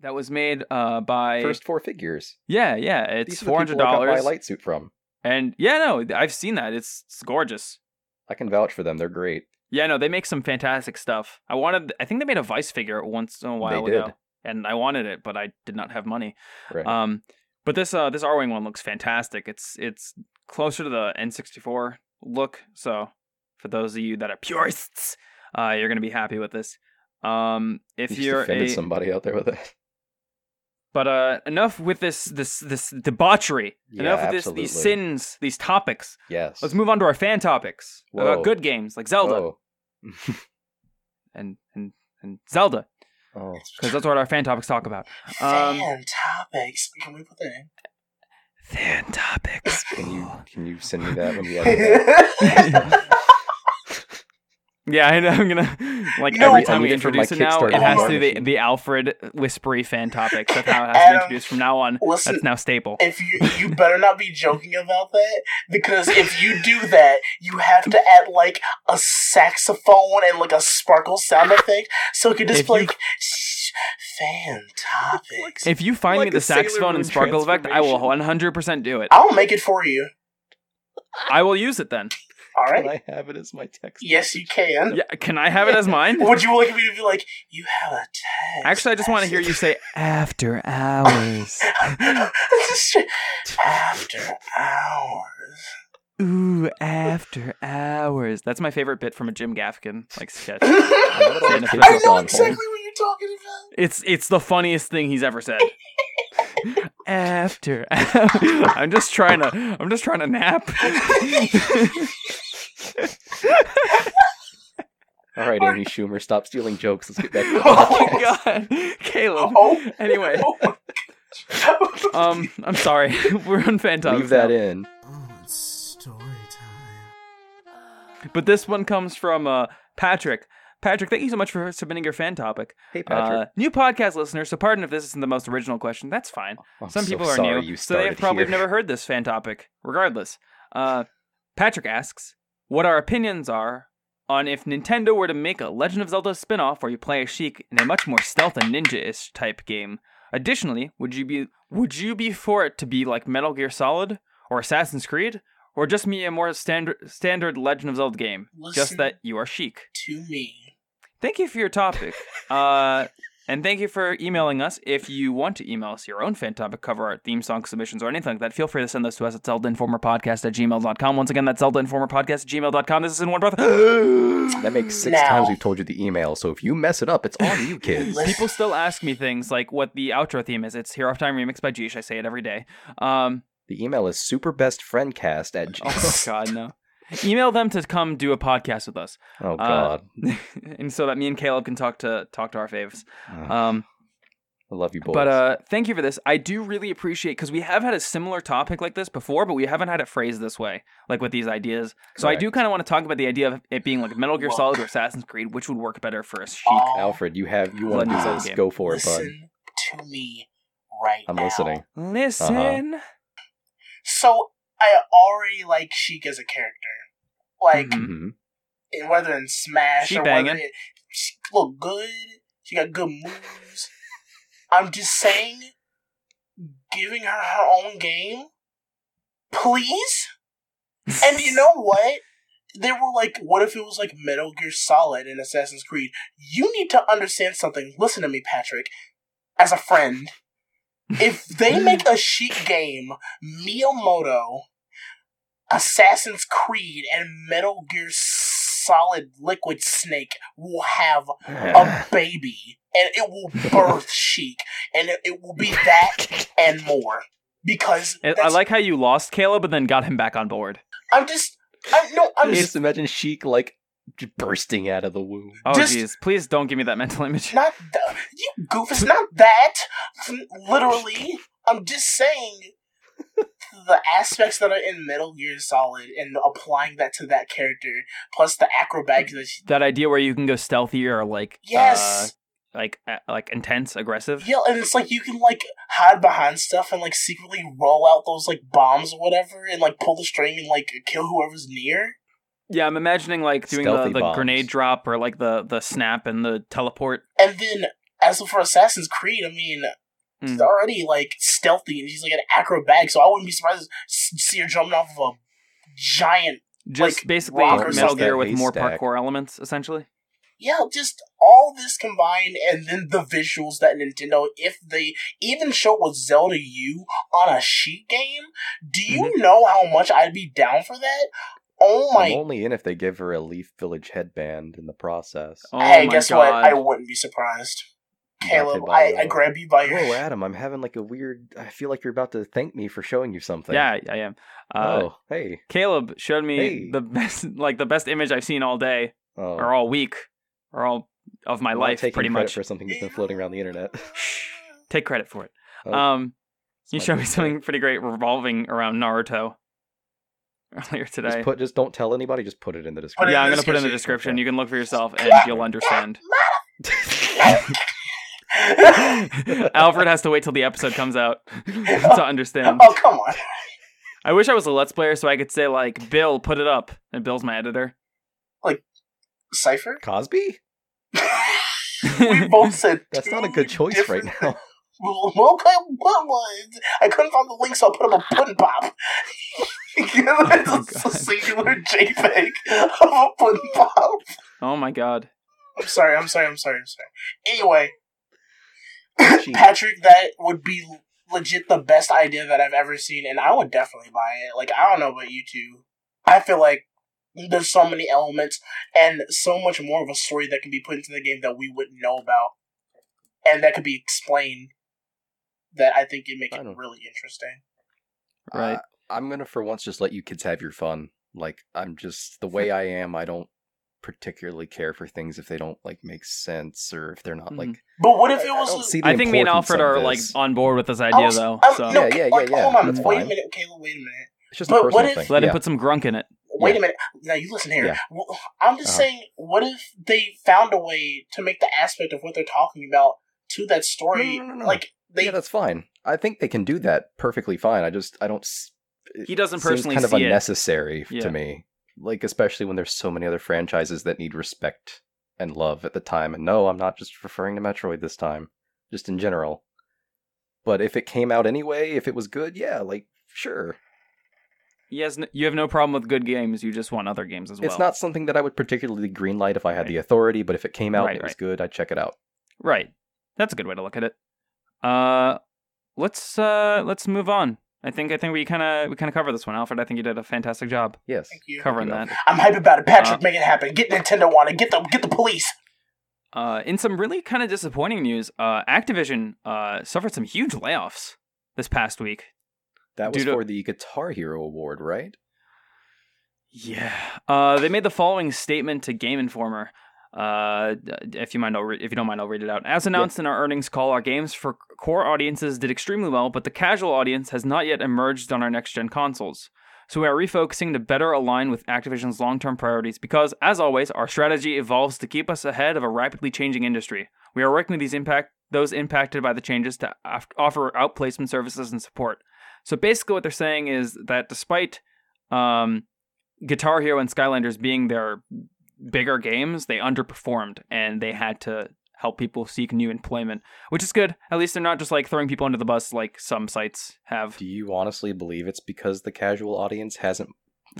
that was made uh, by. first four figures. yeah, yeah, it's These four are the hundred people I got my dollars, light suit from. and yeah, no, I've seen that. It's, it's gorgeous. I can vouch for them. They're great. Yeah, no, they make some fantastic stuff. I wanted. I think they made a Vice figure once in a while They did. ago, and I wanted it, but I did not have money. Right. Um, but this uh this R wing one looks fantastic. It's it's closer to the N64 look. So for those of you that are purists, uh, you're gonna be happy with this. Um, if you just you're offended a, somebody out there with it. but uh, enough with this this this debauchery. Yeah, enough with this these absolutely. sins, these topics. Yes. Oh. Let's move on to our fan topics about Whoa. good games like Zelda Whoa. and and and Zelda Oh. because that's what our fan topics talk about. Um, Fan topics. Can we put that in? fan topics. Can you can you send me that when you edit that? I Yeah, I know. I'm gonna like No, every I time need we it for my introduce it now, it Kickstarter has to be the, machine. the Alfred whispery fan topic. That's how it has to be Adam, introduced from now on. Listen, That's now staple. if you you better not be joking about that because if you do that, you have to add like a saxophone and like a sparkle sound effect, so it can just If be you- like "Shh, fan topics. If you find Like me a the Sailor saxophone Moon and sparkle effect, I will 100% do it. I'll make it for you. I will use it then. All right. Can I have it as my text? Yes, you can. Yeah, can I have it as mine? Would you like me to be like you have a text? Actually, I just want to hear you say after hours. message." After hours. Ooh, after hours. That's my favorite bit from a Jim Gaffigan like sketch. I It's I know gone exactly home. what you're talking about. It's it's the funniest thing he's ever said. After, I'm just trying to I'm just trying to nap. All right, Amy Schumer, stop stealing jokes. Let's get back to the oh podcast. my god, Caleb. Oh. Anyway, Oh my God. um, I'm sorry. We're on Phantom. Leave that in. But this one comes from uh, Patrick. Patrick, thank you so much for submitting your fan topic. Hey, Patrick. Uh, new podcast listener, so pardon if this isn't the most original question. That's fine. I'm Some so people are sorry new, you so they started probably have here. never heard this fan topic. Regardless, uh, Patrick asks what our opinions are on if Nintendo were to make a Legend of Zelda spin-off where you play a Sheik in a much more stealth and ninja-ish type game. Additionally, would you be would you be for it to be like Metal Gear Solid or Assassin's Creed, or just be a more standard standard Legend of Zelda game, just Listen. that you are Sheik? to me. thank you for your topic. Uh, and thank you for emailing us. If you want to email us your own fan topic cover art, theme song submissions, or anything like that, feel free to send those to us at zeldinformerpodcast at gmail.com. Once again, that's zeldinformerpodcast at gmail.com. This is in one breath. That makes six Now. times we've told you the email, so if you mess it up, it's on you, kids. Listen. People still ask me things like what the outro theme is. It's Here Off Time Remix by Jeesh. I say it every day. Um, the email is superbestfriendcast at g- oh, God, no. Email them to come do a podcast with us, Uh, Oh, God. and so that me and Caleb can talk to talk to our faves. Ugh, Um, I love you, boys. But uh, thank you for this. I do really appreciate because we have had a similar topic like this before, but we haven't had it phrased this way, like with these ideas. So I do kind of want to talk about the idea of it being like Metal Gear Well- Solid or Assassin's Creed, which would work better for a chic. Oh, Alfred, you have you want to do Legend of this? Zelda Go for it, bud. listen to me right I'm now. listening. Listen, So I already like Sheik as a character, like Mhm. hmm and whether in Smash She or whether banging. it, she look good. She got good moves. I'm just saying, giving her her own game, please. Uh-huh. And you know what? They were like, what if it was like Metal Gear Solid and Assassin's Creed? You need to understand something. Listen to me, Patrick, as a friend. If they make a chic game, Miyamoto, Assassin's Creed, and Metal Gear Solid Liquid Snake will have Um, a baby, and it will birth chic, and it- it will be that and more. Because I- I that's- like how you lost Caleb, but then got him back on board. I'm just, I no, I'm Just just imagine Sheik like j- bursting out of the womb. Oh Just- jeez, please don't give me that mental image. not that. You goofus, not that. Literally, I'm just saying the aspects that are in Metal Gear Solid and applying that to that character, plus the acrobatics. That she, That idea where you can go stealthy or like yes, uh, like uh, like intense, aggressive. yeah, and it's like you can like hide behind stuff and like secretly roll out those like bombs or whatever, and like pull the string and like kill whoever's near. Yeah, I'm imagining like doing Stealthy the, the bombs. grenade drop or like the the snap and the teleport. And then as for Assassin's Creed, I mean. Mm. She's already like stealthy, and she's like an acrobat, so I wouldn't be surprised to s- see her jumping off of a giant just like, basically rock or Metal something. Gear with more Haystack. parkour elements, essentially. yeah, just all this combined, and then the visuals that Nintendo, if they even show with Zelda U on a sheet game, do you Mm-hmm. know how much I'd be down for that? Oh my! I'm only in if they give her a Leaf Village headband in the process. Oh hey, my guess god! what? I wouldn't be surprised. Caleb, I, I grab. grab you by your. Whoa, Adam, I'm having like a weird. I feel like you're about to thank me for showing you something. yeah, I am. Uh, oh, hey. Caleb showed me Hey. the best, like the best image I've seen all day Oh, or all week or all of my I'm not life, taking pretty credit much. for something that's been floating around the internet. Take credit for it. Oh, um, it's you my showed me birthday. something pretty great revolving around Naruto. earlier Just today. put, just don't tell anybody. Just put it in the Put description. it yeah, I'm in the gonna put it in the description. description. Okay. You can look for yourself and you'll understand. Alfred has to wait till the episode comes out to understand. oh come on! I wish I was a Let's Player so I could say like, Bill, put it up, and Bill's my editor. Cipher. Cosby? We both said That's two not a good choice right different- now. Well, okay, what was? I couldn't find the link, so I put up a pudding pop. That's Oh, a God. singular JPEG of a pudding pop. oh my god. I'm sorry. I'm sorry. I'm sorry. I'm sorry. Anyway, Gee. Patrick, that would be legit the best idea that I've ever seen, and I would definitely buy it. Like, I don't know about you two. I feel like there's so many elements and so much more of a story that can be put into the game that we wouldn't know about, and that could be explained. That I think it make I it don't- really interesting. Right. Uh, I'm gonna for once just let you kids have your fun. Like I'm just the way I am. I don't particularly care for things if they don't like make sense or if they're not Mhm. like. But what if it I- I was? don't see the I think me and importance Alfred of are like this. on board with this I idea was- though. I'm- so Oh, um, no, Yeah, yeah, like, yeah, Hold on, that's wait a fine. minute, Caleb. Wait a minute. It's just a but what personal if- thing. let yeah. him put some grunk in it. Wait Yeah. a minute. Now you listen here. Yeah. Well, I'm just Uh-huh. saying, what if they found a way to make the aspect of what they're talking about to that story? No, no, no, no. Like they, yeah, that's fine. I think they can do that perfectly fine. I just I don't. s- it He doesn't seems personally kind of see it. unnecessary Yeah. to me. Like especially when there's so many other franchises that need respect and love at the time. And no, I'm not just referring to Metroid this time. Just in general. But if it came out anyway, if it was good, yeah, like sure. He has n you have no problem with good games. You just want other games as well. It's not something that I would particularly greenlight if I had the authority. But if it came out Right, and it was right. good, I'd check it out. right. That's a good way to look at it. Uh, let's uh let's move on. I think I think we kind of we kind of cover this one, Alfred. I think you did a fantastic job Yes. thank you. covering that. I'm hype about it, Patrick. Uh, make it happen. Get Nintendo on it. Get the get the police. Uh, in some really kind of disappointing news, uh, Activision uh, suffered some huge layoffs this past week. That was Dude, uh, for the Guitar Hero Award, right? Yeah. Uh, they made the following statement to Game Informer. Uh, if you mind, I'll re- if you don't mind, I'll read it out. As announced in our earnings call, our games for core audiences did extremely well, but the casual audience has not yet emerged on our next gen consoles. So we are refocusing to better align with Activision's long-term priorities because, as always, our strategy evolves to keep us ahead of a rapidly changing industry. We are working with these impact those impacted by the changes to af- offer outplacement services and support. So basically, what they're saying is that despite um, Guitar Hero and Skylanders being their bigger games, they underperformed and they had to help people seek new employment, which is good. At least they're not just like throwing people under the bus like some sites have. Do you honestly believe it's because the casual audience hasn't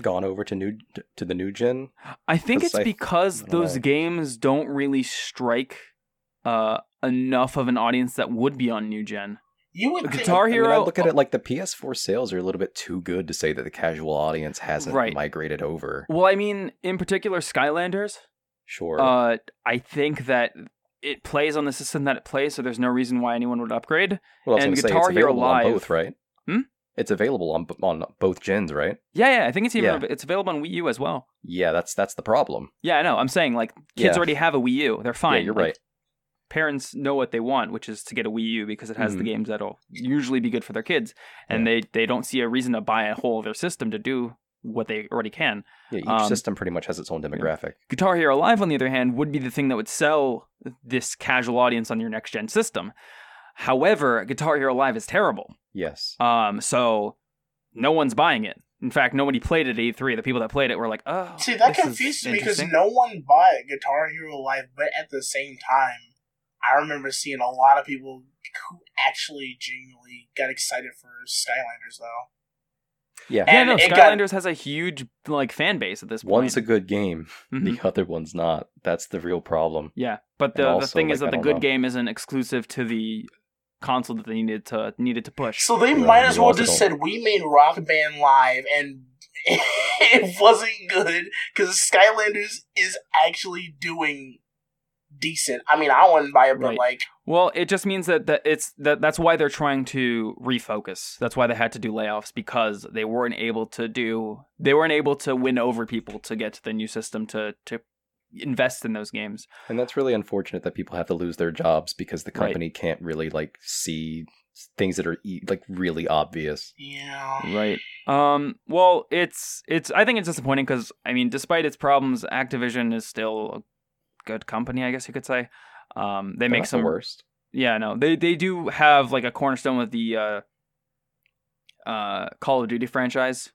gone over to new to the new gen? I think it's 'Cause I- because I don't those know. games don't really strike uh, enough of an audience that would be on new gen. You would think, Guitar I mean, Hero. I look at it like the PS4 sales are a little bit too good to say that the casual audience hasn't Right. migrated over. Well, I mean, in particular, Skylanders. Sure. Uh, I think that it plays on the system that it plays, so there's no reason why anyone would upgrade. well, I was and gonna say, Guitar it's Hero available on Live- both, right? Hmm? It's available on on both gens, right? Yeah, yeah, I think it's even Yeah. it's available on Wii U as well. Yeah, that's that's the problem. Yeah, I know. I'm saying like kids Yeah. already have a Wii U. They're fine. Yeah, you're Like, right. Parents know what they want, which is to get a Wii U because it has the Mhm. games that'll usually be good for their kids, and they they don't see a reason to buy a whole other system to do what they already can. Yeah, each um, system pretty much has its own demographic. Guitar Hero Live, on the other hand, would be the thing that would sell this casual audience on your next gen system. However, Guitar Hero Live is terrible. Yes. Um, so no one's buying it. In fact, nobody played it at E3. The people that played it were like, "Oh, see that this is confused me because interesting. no one bought Guitar Hero Live, but at the same time, I remember seeing a lot of people who actually genuinely got excited for Skylanders though. Yeah, yeah. And no, it got- Skylanders has a huge like fan base at this point. One's a good game, Mhm. the other one's not. That's the real problem. Yeah, but the, And the also, thing is like, that I the good don't know. game isn't exclusive to the console that they needed to needed to push. So they Right, might as you well also just don't- said we made Rock Band Live and it wasn't good because Skylanders is actually doing decent. I mean, I wouldn't buy it, but Right. like, well, it just means that, that it's that that's why they're trying to refocus. That's why they had to do layoffs because they weren't able to do they weren't able to win over people to get to the new system to to invest in those games. And that's really unfortunate that people have to lose their jobs because the Right. company can't really like see things that are e- like really obvious. Yeah. Right. Um. Well, it's it's. I think it's disappointing because I mean, despite its problems, Activision is still a good company. I guess you could say. Um. They They're make not some. the worst. Yeah. No. They they do have like a cornerstone with the uh, uh Call of Duty franchise.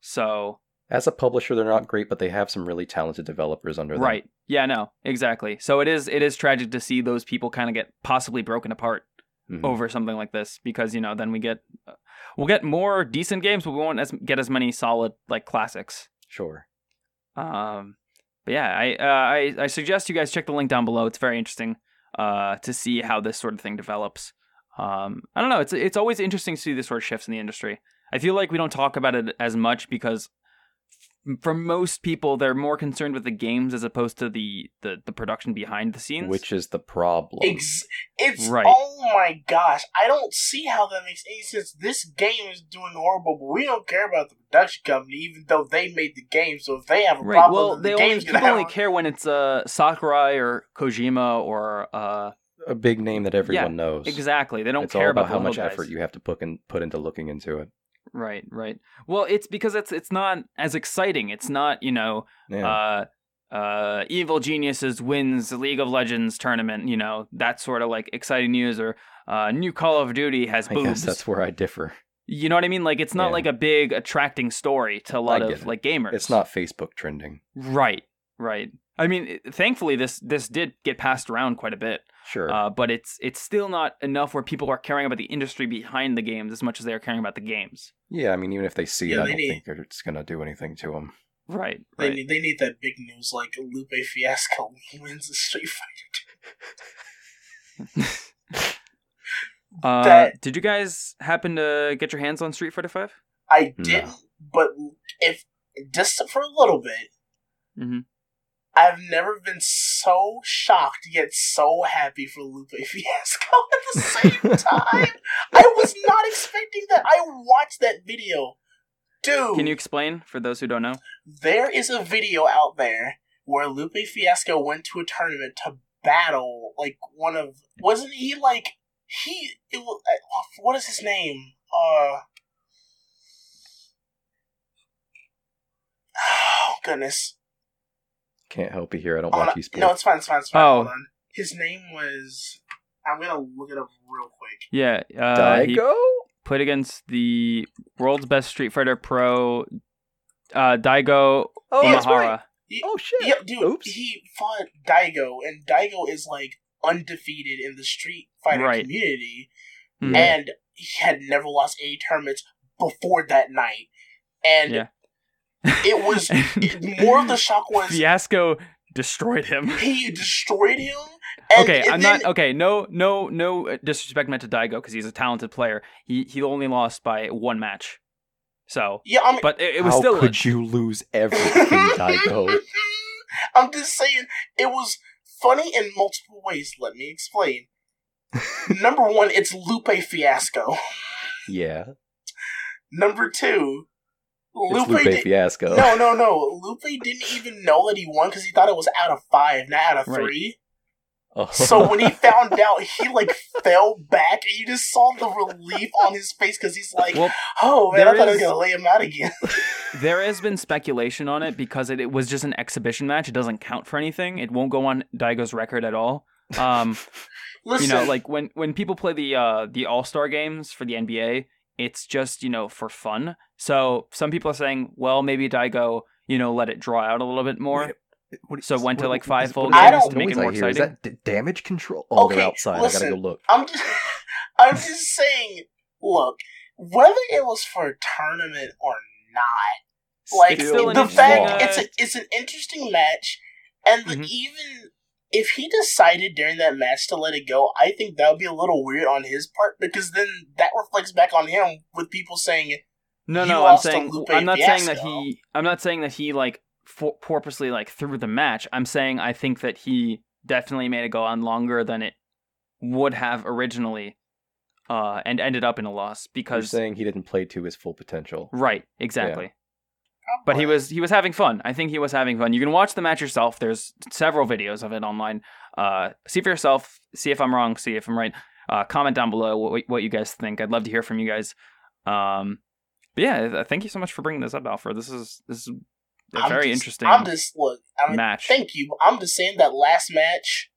So As a publisher, they're not great, but they have some really talented developers under them. right. Yeah. No. Exactly. So it is it is tragic to see those people kind of get possibly broken apart Mhm. over something like this because you know then we get we'll get more decent games but we won't as, get as many solid like classics. Sure. Um, but yeah, I, uh, I I suggest you guys check the link down below. It's very interesting uh, to see how this sort of thing develops. Um, I don't know. It's it's always interesting to see the sort of shifts in the industry. I feel like we don't talk about it as much because f- for most people, they're more concerned with the games as opposed to the the, the production behind the scenes. Which is the problem. Ex- it's Right. oh my gosh! I don't see how that makes any sense. This game is doing horrible, but we don't care about the production company, even though they made the game. So if they have a Right. problem, Well, then they the only game's people gonna have only care when it's uh, Sakurai or Kojima or uh, a big name that everyone knows. exactly. They don't it's care all about, the how little much guys. effort you have to put, in, put into looking into it. Right, right. Well, it's because it's it's not as exciting. It's not you know, Yeah. uh, uh, evil geniuses wins the League of Legends tournament. You know that sort of like exciting news or uh, new Call of Duty has I guess boobs. that's where I differ. You know what I mean? Like it's not Yeah. like a big attracting story to a lot I of get it. like gamers. It's not Facebook trending. right, right. I mean, it- thankfully this this did get passed around quite a bit, Sure. uh, but it's it's still not enough where people are caring about the industry behind the games as much as they are caring about the games. yeah, I mean, even if they see it, Yeah, I they don't need- think it's going to do anything to them. Right, They right. need they need that big news like Lupe Fiasco wins the Street Fighter. Uh, That- did you guys happen to get your hands on Street Fighter Five? I No. didn't, but if just for a little bit, Mhm. I've never been so shocked yet so happy for Lupe Fiasco at the same time. I was not expecting that. I watched that video, dude. Can you explain for those who don't know? there is a video out there where Lupe Fiasco went to a tournament to battle like one of wasn't he like he it was, what is his name uh oh goodness Can't help you here. I don't Hold watch on. esports. Uh, no it's fine it's fine it's fine Oh. hold on his name was I'm gonna look it up real quick Yeah, uh, he Daigo? played against the world's best Street Fighter pro, uh, Daigo Oh, that's Imahara. right. Oh, shit. yeah dude Oops. he fought Daigo and Daigo is like undefeated in the Street Fighter Right. community Mhm. Yeah. and he had never lost any tournaments before that night. And Yeah. it was it- more of the shock was Fiasco destroyed him. he destroyed him. And, okay, and I'm then- not okay. No, no, no disrespect meant to Daigo because he's a talented player. He he only lost by one match, so Yeah, I'm. but it, it was How still a- could you lose everything, Daigo? I'm just saying it was funny in multiple ways. Let me explain. Number one, it's Lupe Fiasco. Yeah, Number two, it's Lupe. Lupe did- Fiasco. no, no, no. Lupe didn't even know that he won because he thought it was out of five, not out of Right. three. Oh. So when he found out, he like fell back, and you just saw the relief on his face because he's like, Well, "Oh man, I there thought I was is- gonna lay him out again." There has been speculation on it because it, it was just an exhibition match. It doesn't count for anything. It won't go on Daigo's record at all. Um, you Listen, know, like when when people play the uh, the All Star games for the NBA, it's just you know for fun. So some people are saying, well, maybe Daigo, you know, let it draw out a little bit more. so went to, like, five full games to make it more Is exciting? that d- damage control? Oh, Okay, they're outside. I listen. gotta go look. I'm just, I'm just saying. Look, whether it was for a tournament or not, like It's still an the interesting, fact uh, it's a, it's an interesting match, and the, Mhm. even if he decided during that match to let it go, I think that would be a little weird on his part because then that reflects back on him with people saying, No, You no, I'm lost to saying Lupe I'm not saying that Fiasco. he I'm not saying that he like for, purposely like threw the match. I'm saying I think that he definitely made it go on longer than it would have originally, uh, and ended up in a loss You're because saying he didn't play to his full potential. right exactly. but "Oh, he was he was having fun. I think he was having fun. You can watch the match yourself. There's several videos of it online. Uh, see for yourself. See if I'm wrong. See if I'm right. Uh, comment down below what, what you guys think. I'd love to hear from you guys. Um, but yeah, th- uh, thank you so much for bringing this up, Alfred. This is this is a I'm very just- interesting I'm just look. I mean, match. Thank you. I'm just saying that last match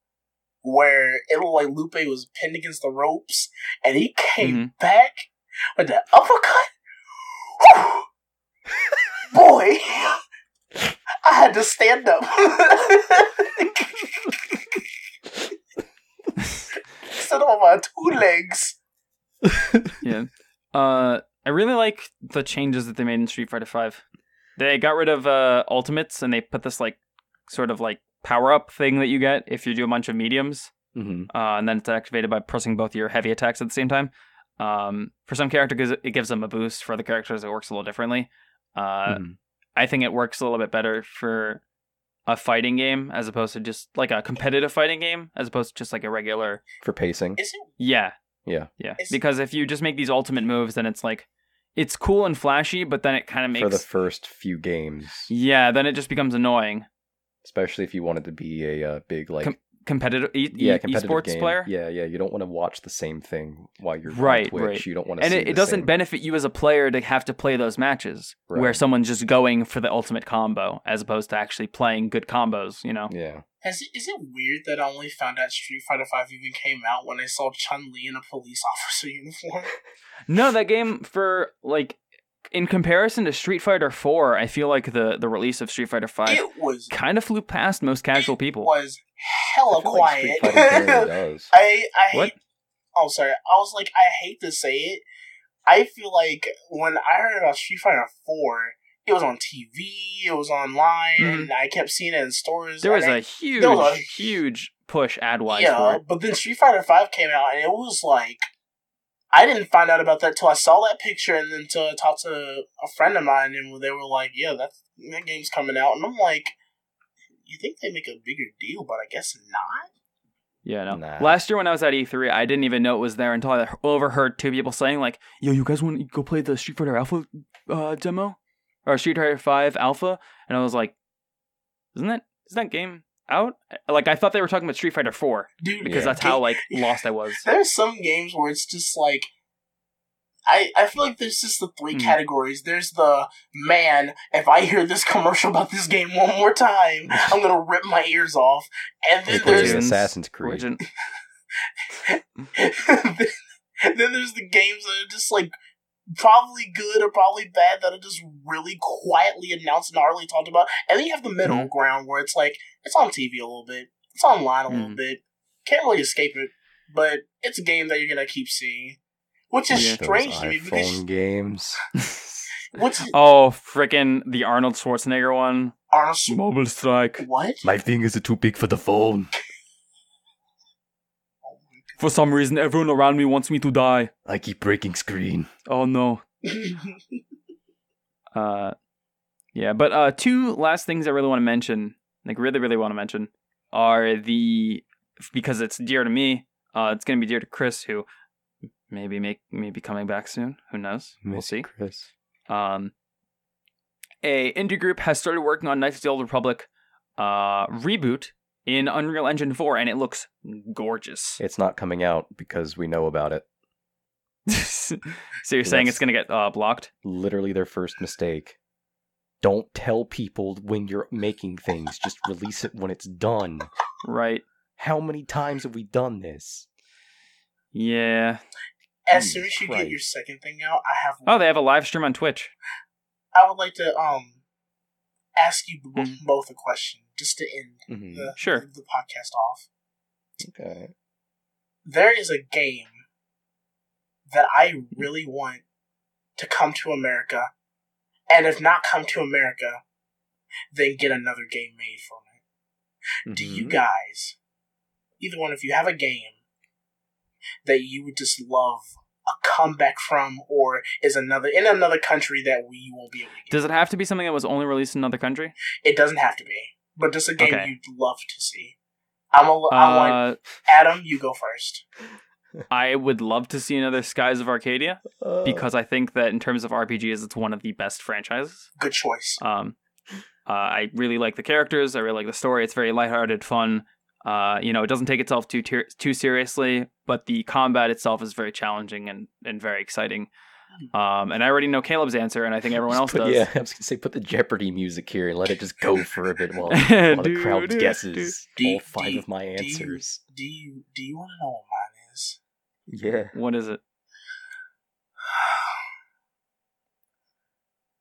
where it looked like Lupe was pinned against the ropes and he came Mhm. back with that uppercut. Whew. Boy, I had to stand up. Sit on my two legs. Uh, I really like the changes that they made in Street Fighter Five. They got rid of uh, ultimates and they put this like sort of like power up thing that you get if you do a bunch of mediums. Mm-hmm. uh, and then it's activated by pressing both your heavy attacks at the same time. Um, for some characters, it gives them a boost. For other characters, it works a little differently. Uh, Hmm. mm-hmm. I think it works a little bit better for a fighting game as opposed to just like a competitive fighting game, as opposed to just like a regular. For pacing. Is it? Yeah. Yeah. Yeah. It's- Because if you just make these ultimate moves, then it's like, it's cool and flashy, but then it kind of For the makes. first few games. yeah, then it just becomes annoying. Especially if you want it to be a uh, big, like, Com- Competitive, e- e- yeah, competitive esports game. player. Yeah, yeah. You don't want to watch the same thing while you're Right, on Twitch. right. You don't want to and see it, the it doesn't same- benefit you as a player to have to play those matches where Right. someone's just going for the ultimate combo as opposed to actually playing good combos you know Yeah. Has it, is it weird that I only found out Street Fighter Five even came out when I saw Chun Li in a police officer uniform? no that game for like in comparison to street fighter 4 i feel like the the release of street fighter 5 It was kind of flew past most casual people was hella I feel like quiet. Street Fighter barely does. I I hate. What? Oh, sorry. I was like, I hate to say it. I feel like when I heard about Street Fighter Four, it was on TV. It was online. Mhm. I kept seeing it in stores. there was and a I- huge there was a- huge push ad wise for yeah, it but then Street Fighter Five came out, and it was like. I didn't find out about that till I saw that picture, and then till I talked to a friend of mine, and they were like, "Yeah, that that game's coming out," and I'm like, "You think they make a bigger deal, but I guess not." yeah no Nah. last year when i was at e3 i didn't even know it was there until i overheard two people saying like yo you guys want to go play the street fighter alpha uh, demo or street fighter 5 alpha and i was like isn't that isn't that game out like i thought they were talking about street fighter 4 Dude, because Yeah. that's how like lost i was there's some games where it's just like I, I feel like there's just the 3 Mhm. categories. There's the man, if I hear this commercial about this game one more time, I'm gonna rip my ears off. And then Like when you're there's in Origins. Assassin's Creed. Origin- then there's the games that are just like probably good or probably bad that are just really quietly announced and hardly talked about. And then you have the middle Mm-hmm. Mhm. ground where it's like it's on TV a little bit, it's online a little Mm-hmm. Mhm. bit, can't really escape it, but it's a game that you're gonna keep seeing, which is Yeah. Those strange to me because iPhone games. what's his- oh freaking the arnold schwarzenegger one Arnold? Schwar- mobile strike What? My fingers are too big for the phone. for some reason everyone around me wants me to die I keep breaking screen. oh no Uh, yeah, but uh, two last things I really want to mention, like really, really want to mention, are the because it's dear to me. Uh, it's gonna be dear to Chris, who maybe make maybe coming back soon. Who knows? We'll Miss see. Chris. Um, a indie group has started working on Knights of the Old Republic uh, reboot in Unreal Engine four, and it looks gorgeous. It's not coming out because we know about it. so you're saying Yes. it's gonna get uh, blocked? Literally their first mistake. Don't tell people when you're making things. Just release it when it's done. Right? How many times have we done this? Yeah. As soon Jesus as you get Christ. your second thing out, I have Oh, they have a live stream on Twitch. I would like to um ask you b- Mm. Mhm. both a question just to end Mm-hmm. the, Mm-hmm. Sure. the podcast off. Okay. There is a game that I really want to come to America, and if not come to America, then get another game made from it. Do Mm-hmm. you guys, either one of you, have a game that you would just love a comeback from, or is another in another country that we won't be able to get? Does it have to be something that was only released in another country? It doesn't have to be, but just a game Okay. you'd love to see. I'm a, I want Uh, Adam. You go first. I would love to see another Skies of Arcadia Uh, because I think that in terms of RPGs, it's one of the best franchises. Good choice. Um, uh, I really like the characters. I really like the story. It's very lighthearted, fun. Uh, you know, it doesn't take itself too ter- too seriously, but the combat itself is very challenging and, and very exciting. Um, and I already know Caleb's answer, and I think everyone just else put- does. Yeah, I was gonna say put the Jeopardy music here and let it just go for a bit while, while the crowd Dude, guesses dude. all five Do- of my do- answers. Do you do you want to know what mine is? Yeah. What is it?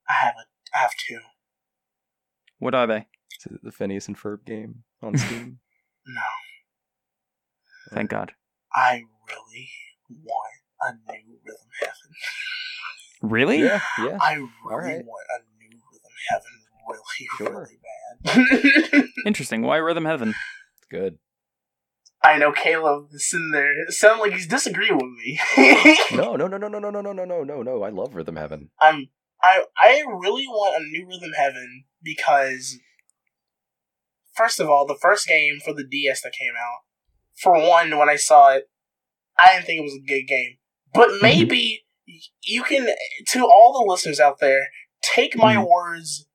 I have a I have two. What are they? Is it the Phineas and Ferb game on Steam? No, Thank God. I really want a new Rhythm Heaven. Really? yeah, yeah. I really Alright. want a new Rhythm Heaven really Sure. really bad. Interesting. Why Rhythm Heaven? It's good. I know Caleb is sitting there. It sounds like he's disagreeing with me. No, no, no, no, no, no, no, no, no, no, no, no. I love Rhythm Heaven. I'm I I really want a new Rhythm Heaven because first of all, the first game for the DS that came out, for one, when I saw it, I didn't think it was a good game. But maybe you can to all the listeners out there, take my words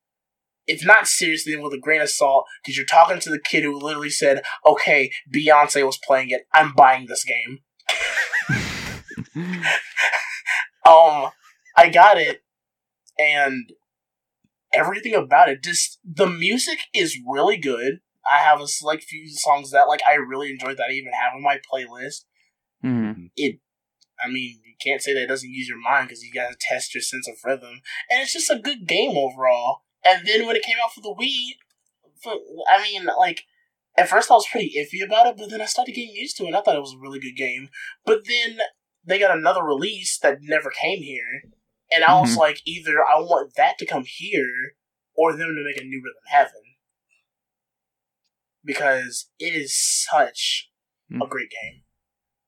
if not seriously then with a grain of salt, because you're talking to the kid who literally said, Okay, Beyonce was playing it, I'm buying this game. Um, I got it, and everything about it. Just the music is really good. I have a select few songs that like I really enjoyed that I even have on my playlist. hmm I mean, you can't say that it doesn't use your mind because you gotta test your sense of rhythm, and it's just a good game overall. And then when it came out for the Wii, for, I mean, like at first I was pretty iffy about it, but then I started getting used to it. and I thought it was a really good game. But then they got another release that never came here, and I was Mhm. like, either I want that to come here or them to make a new Rhythm Heaven because it is such a Mm. great game,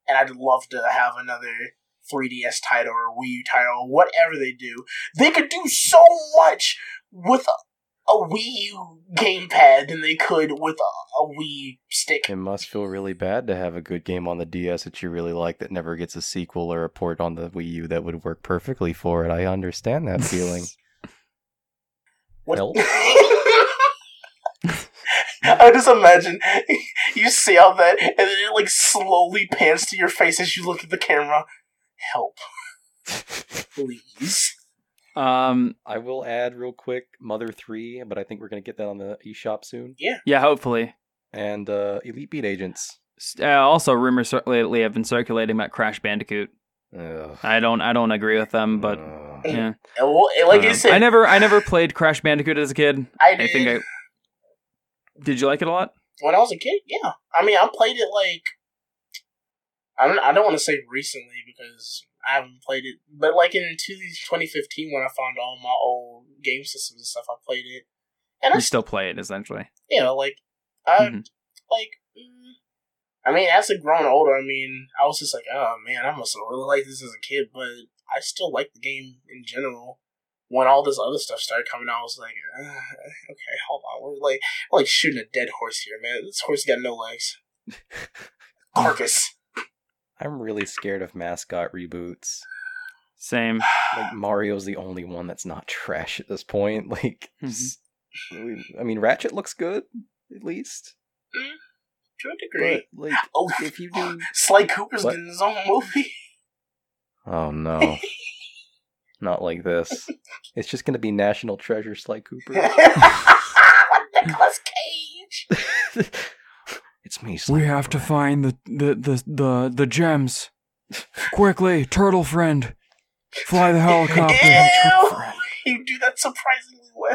and I'd love to have another 3DS title or Wii U title, whatever they do. They could do so much with a, a Wii U gamepad than they could with a, a Wii stick. It must feel really bad to have a good game on the DS that you really like that never gets a sequel or a port on the Wii U that would work perfectly for it. I understand that feeling. Help. I just imagine you see all that, and then it like slowly pans to your face as you look at the camera. Help, please. Um. I will add real quick Mother 3, but I think we're going to get that on the eShop soon. Yeah. Hopefully. And uh, Elite Beat Agents. S- Uh, also, rumors cir- lately have been circulating about Crash Bandicoot. Ugh. I don't. I don't agree with them, but Ugh. yeah. And well, and Uh, I, like I don't know. said, Um, I never. I never played Crash Bandicoot as a kid. I, I did, think I. Did you like it a lot? when I was a kid. Yeah, I mean, I played it like I don't. I don't want to say recently because I haven't played it, but like in 2015 when I found all my old game systems and stuff, I played it, and I You still play it essentially. you know, like, I, Mhm. like, mm, I mean, as I've grown older, I mean, I was just like, oh man, I must have really liked this as a kid, but I still like the game in general. When all this other stuff started coming out, I was like, uh, okay, hold on, we're like, we're like shooting a dead horse here, man. This horse got no legs. Carcass. I'm really scared of mascot reboots. Same. Like Mario's the only one that's not trash at this point. Like, Mhm. s- we- I mean, Ratchet looks good at least, to a degree. but like, oh, if you do, Sly Cooper's What? getting his own movie. oh no, not like this. It's just gonna be National Treasure Sly Cooper. Nicholas Cage. it's me. Sly We have to Cooper. find the the the the, the gems quickly, turtle friend. Fly the helicopter. Ew. You do that surprisingly well.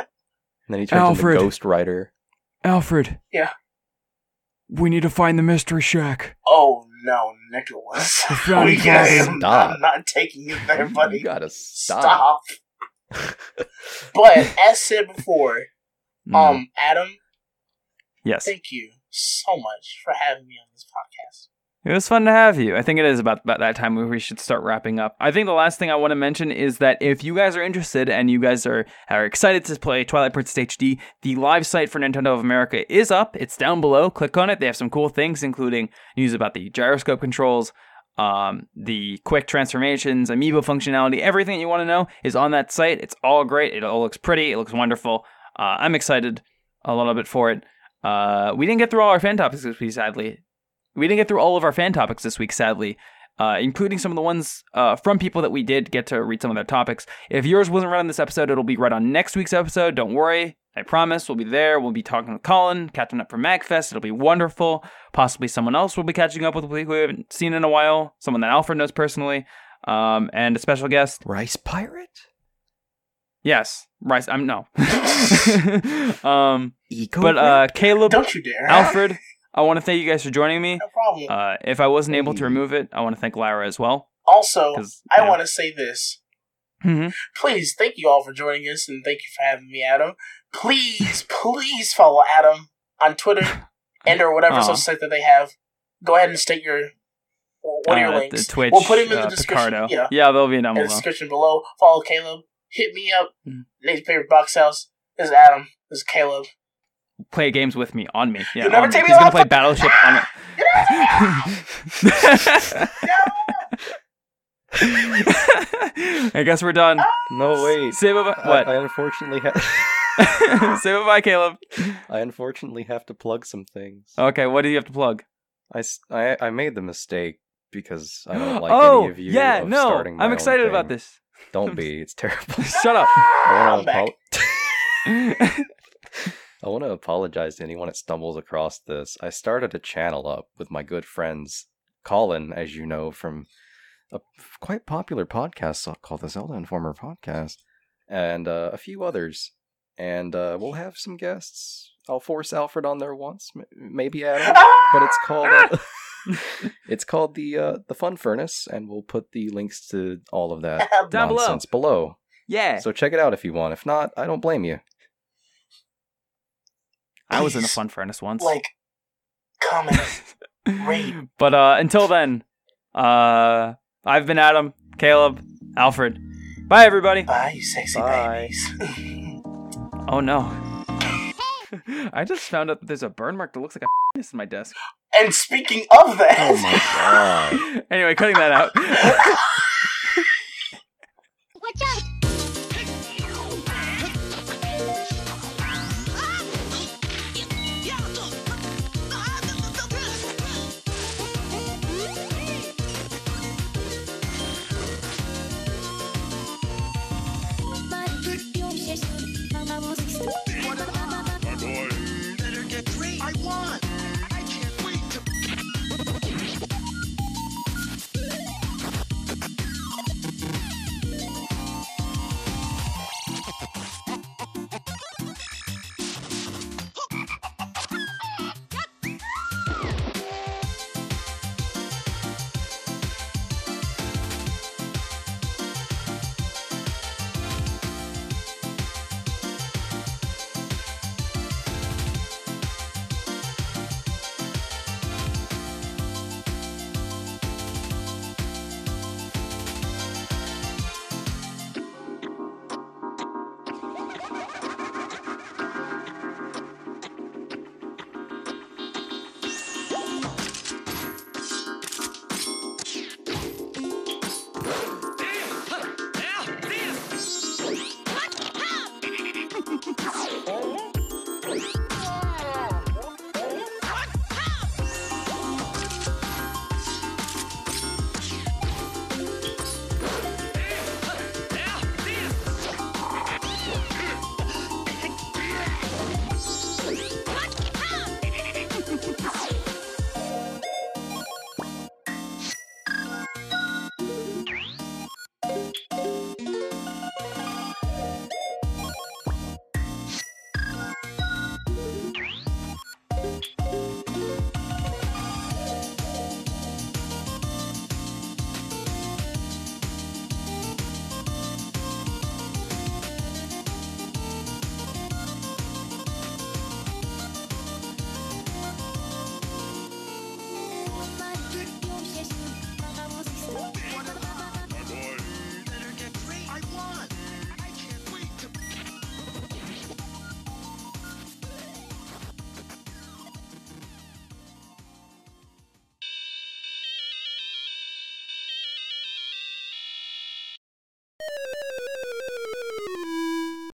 And then he turns Alfred. into Ghost Rider. Alfred. Yeah. We need to find the mystery shack. Oh no, Nicholas. The fountain We plaza. can't- I'm, Stop. I'm not taking it there, You buddy. gotta stop. Stop. But as said before, Mm. um, Adam, yes. thank you so much for having me on this podcast. It was fun to have you. I think it is about, about that time where we should start wrapping up. I think the last thing I want to mention is that if you guys are interested and you guys are, are excited to play Twilight Princess HD, the live site for Nintendo of America is up. It's down below. Click on it. They have some cool things, including news about the gyroscope controls, um, the quick transformations, amiibo functionality, everything you want to know is on that site. It's all great. It all looks pretty. It looks wonderful. Uh, I'm excited a little bit for it. Uh, we didn't get through all our fan topics this week, sadly. We didn't get through all of our fan topics this week, sadly, uh, including some of the ones uh, from people that we did get to read some of their topics. If yours wasn't read on this episode, it'll be read on next week's episode. Don't worry. I promise we'll be there. We'll be talking with Colin, catching up for MagFest. It'll be wonderful. Possibly someone else we'll be catching up with who we haven't seen in a while, someone that Alfred knows personally, um, and a special guest. Rice pirate? Yes, Rice. I'm no. um, Eco? but uh, Caleb, Don't you dare. Alfred, I want to thank you guys for joining me. No problem. Uh, if I wasn't able to remove it, I want to thank Lyra as well. also, 'cause, I yeah. want to say this. Mhm. Please, thank you all for joining us, and thank you for having me, Adam. Please, please follow Adam on Twitter and or whatever Aw. social site that they have. Go ahead and state your what are your Uh, links. The Twitch, we'll put him in uh, the description. Picardo. Yeah, yeah, there'll be an in the envelope. description below. Follow Caleb. Hit me up. Mm. Nate's favorite box house. This is Adam. This is Caleb. Play games with me on me. Yeah, You'll never on take me He's gonna off play the- Battleship on it. I guess we're done. No, Oh, wait. Say Uh, bye. I- What? I, unfortunately have. Say bye, bye, Caleb. I unfortunately have to plug some things. Okay, what do you have to plug? I, s- I- I made the mistake because I don't like oh, any of you. yeah, of no, starting my I'm own excited about thing. this. Don't be. It's terrible. Shut up. I I'm want to back. I want to apologize to anyone that stumbles across this. I started a channel up with my good friends Colin, as you know from a quite popular podcast called the Zelda Informer Podcast, and uh, a few others. And uh, we'll have some guests. I'll force Alfred on there once, m- maybe Adam, but it's called uh, it's called the uh, the Fun Furnace, and we'll put the links to all of that Down below. nonsense below. yeah, So check it out if you want. If not, I don't blame you. I was in a fun furnace once. Like, comment. great. But uh, until then, uh, I've been Adam, Caleb, Alfred. Bye, everybody. Bye, you sexy Bye. babies. Oh no. I just found out that there's a burn mark that looks like a penis in my desk. Oh And speaking of that, Oh god. Anyway, cutting that out.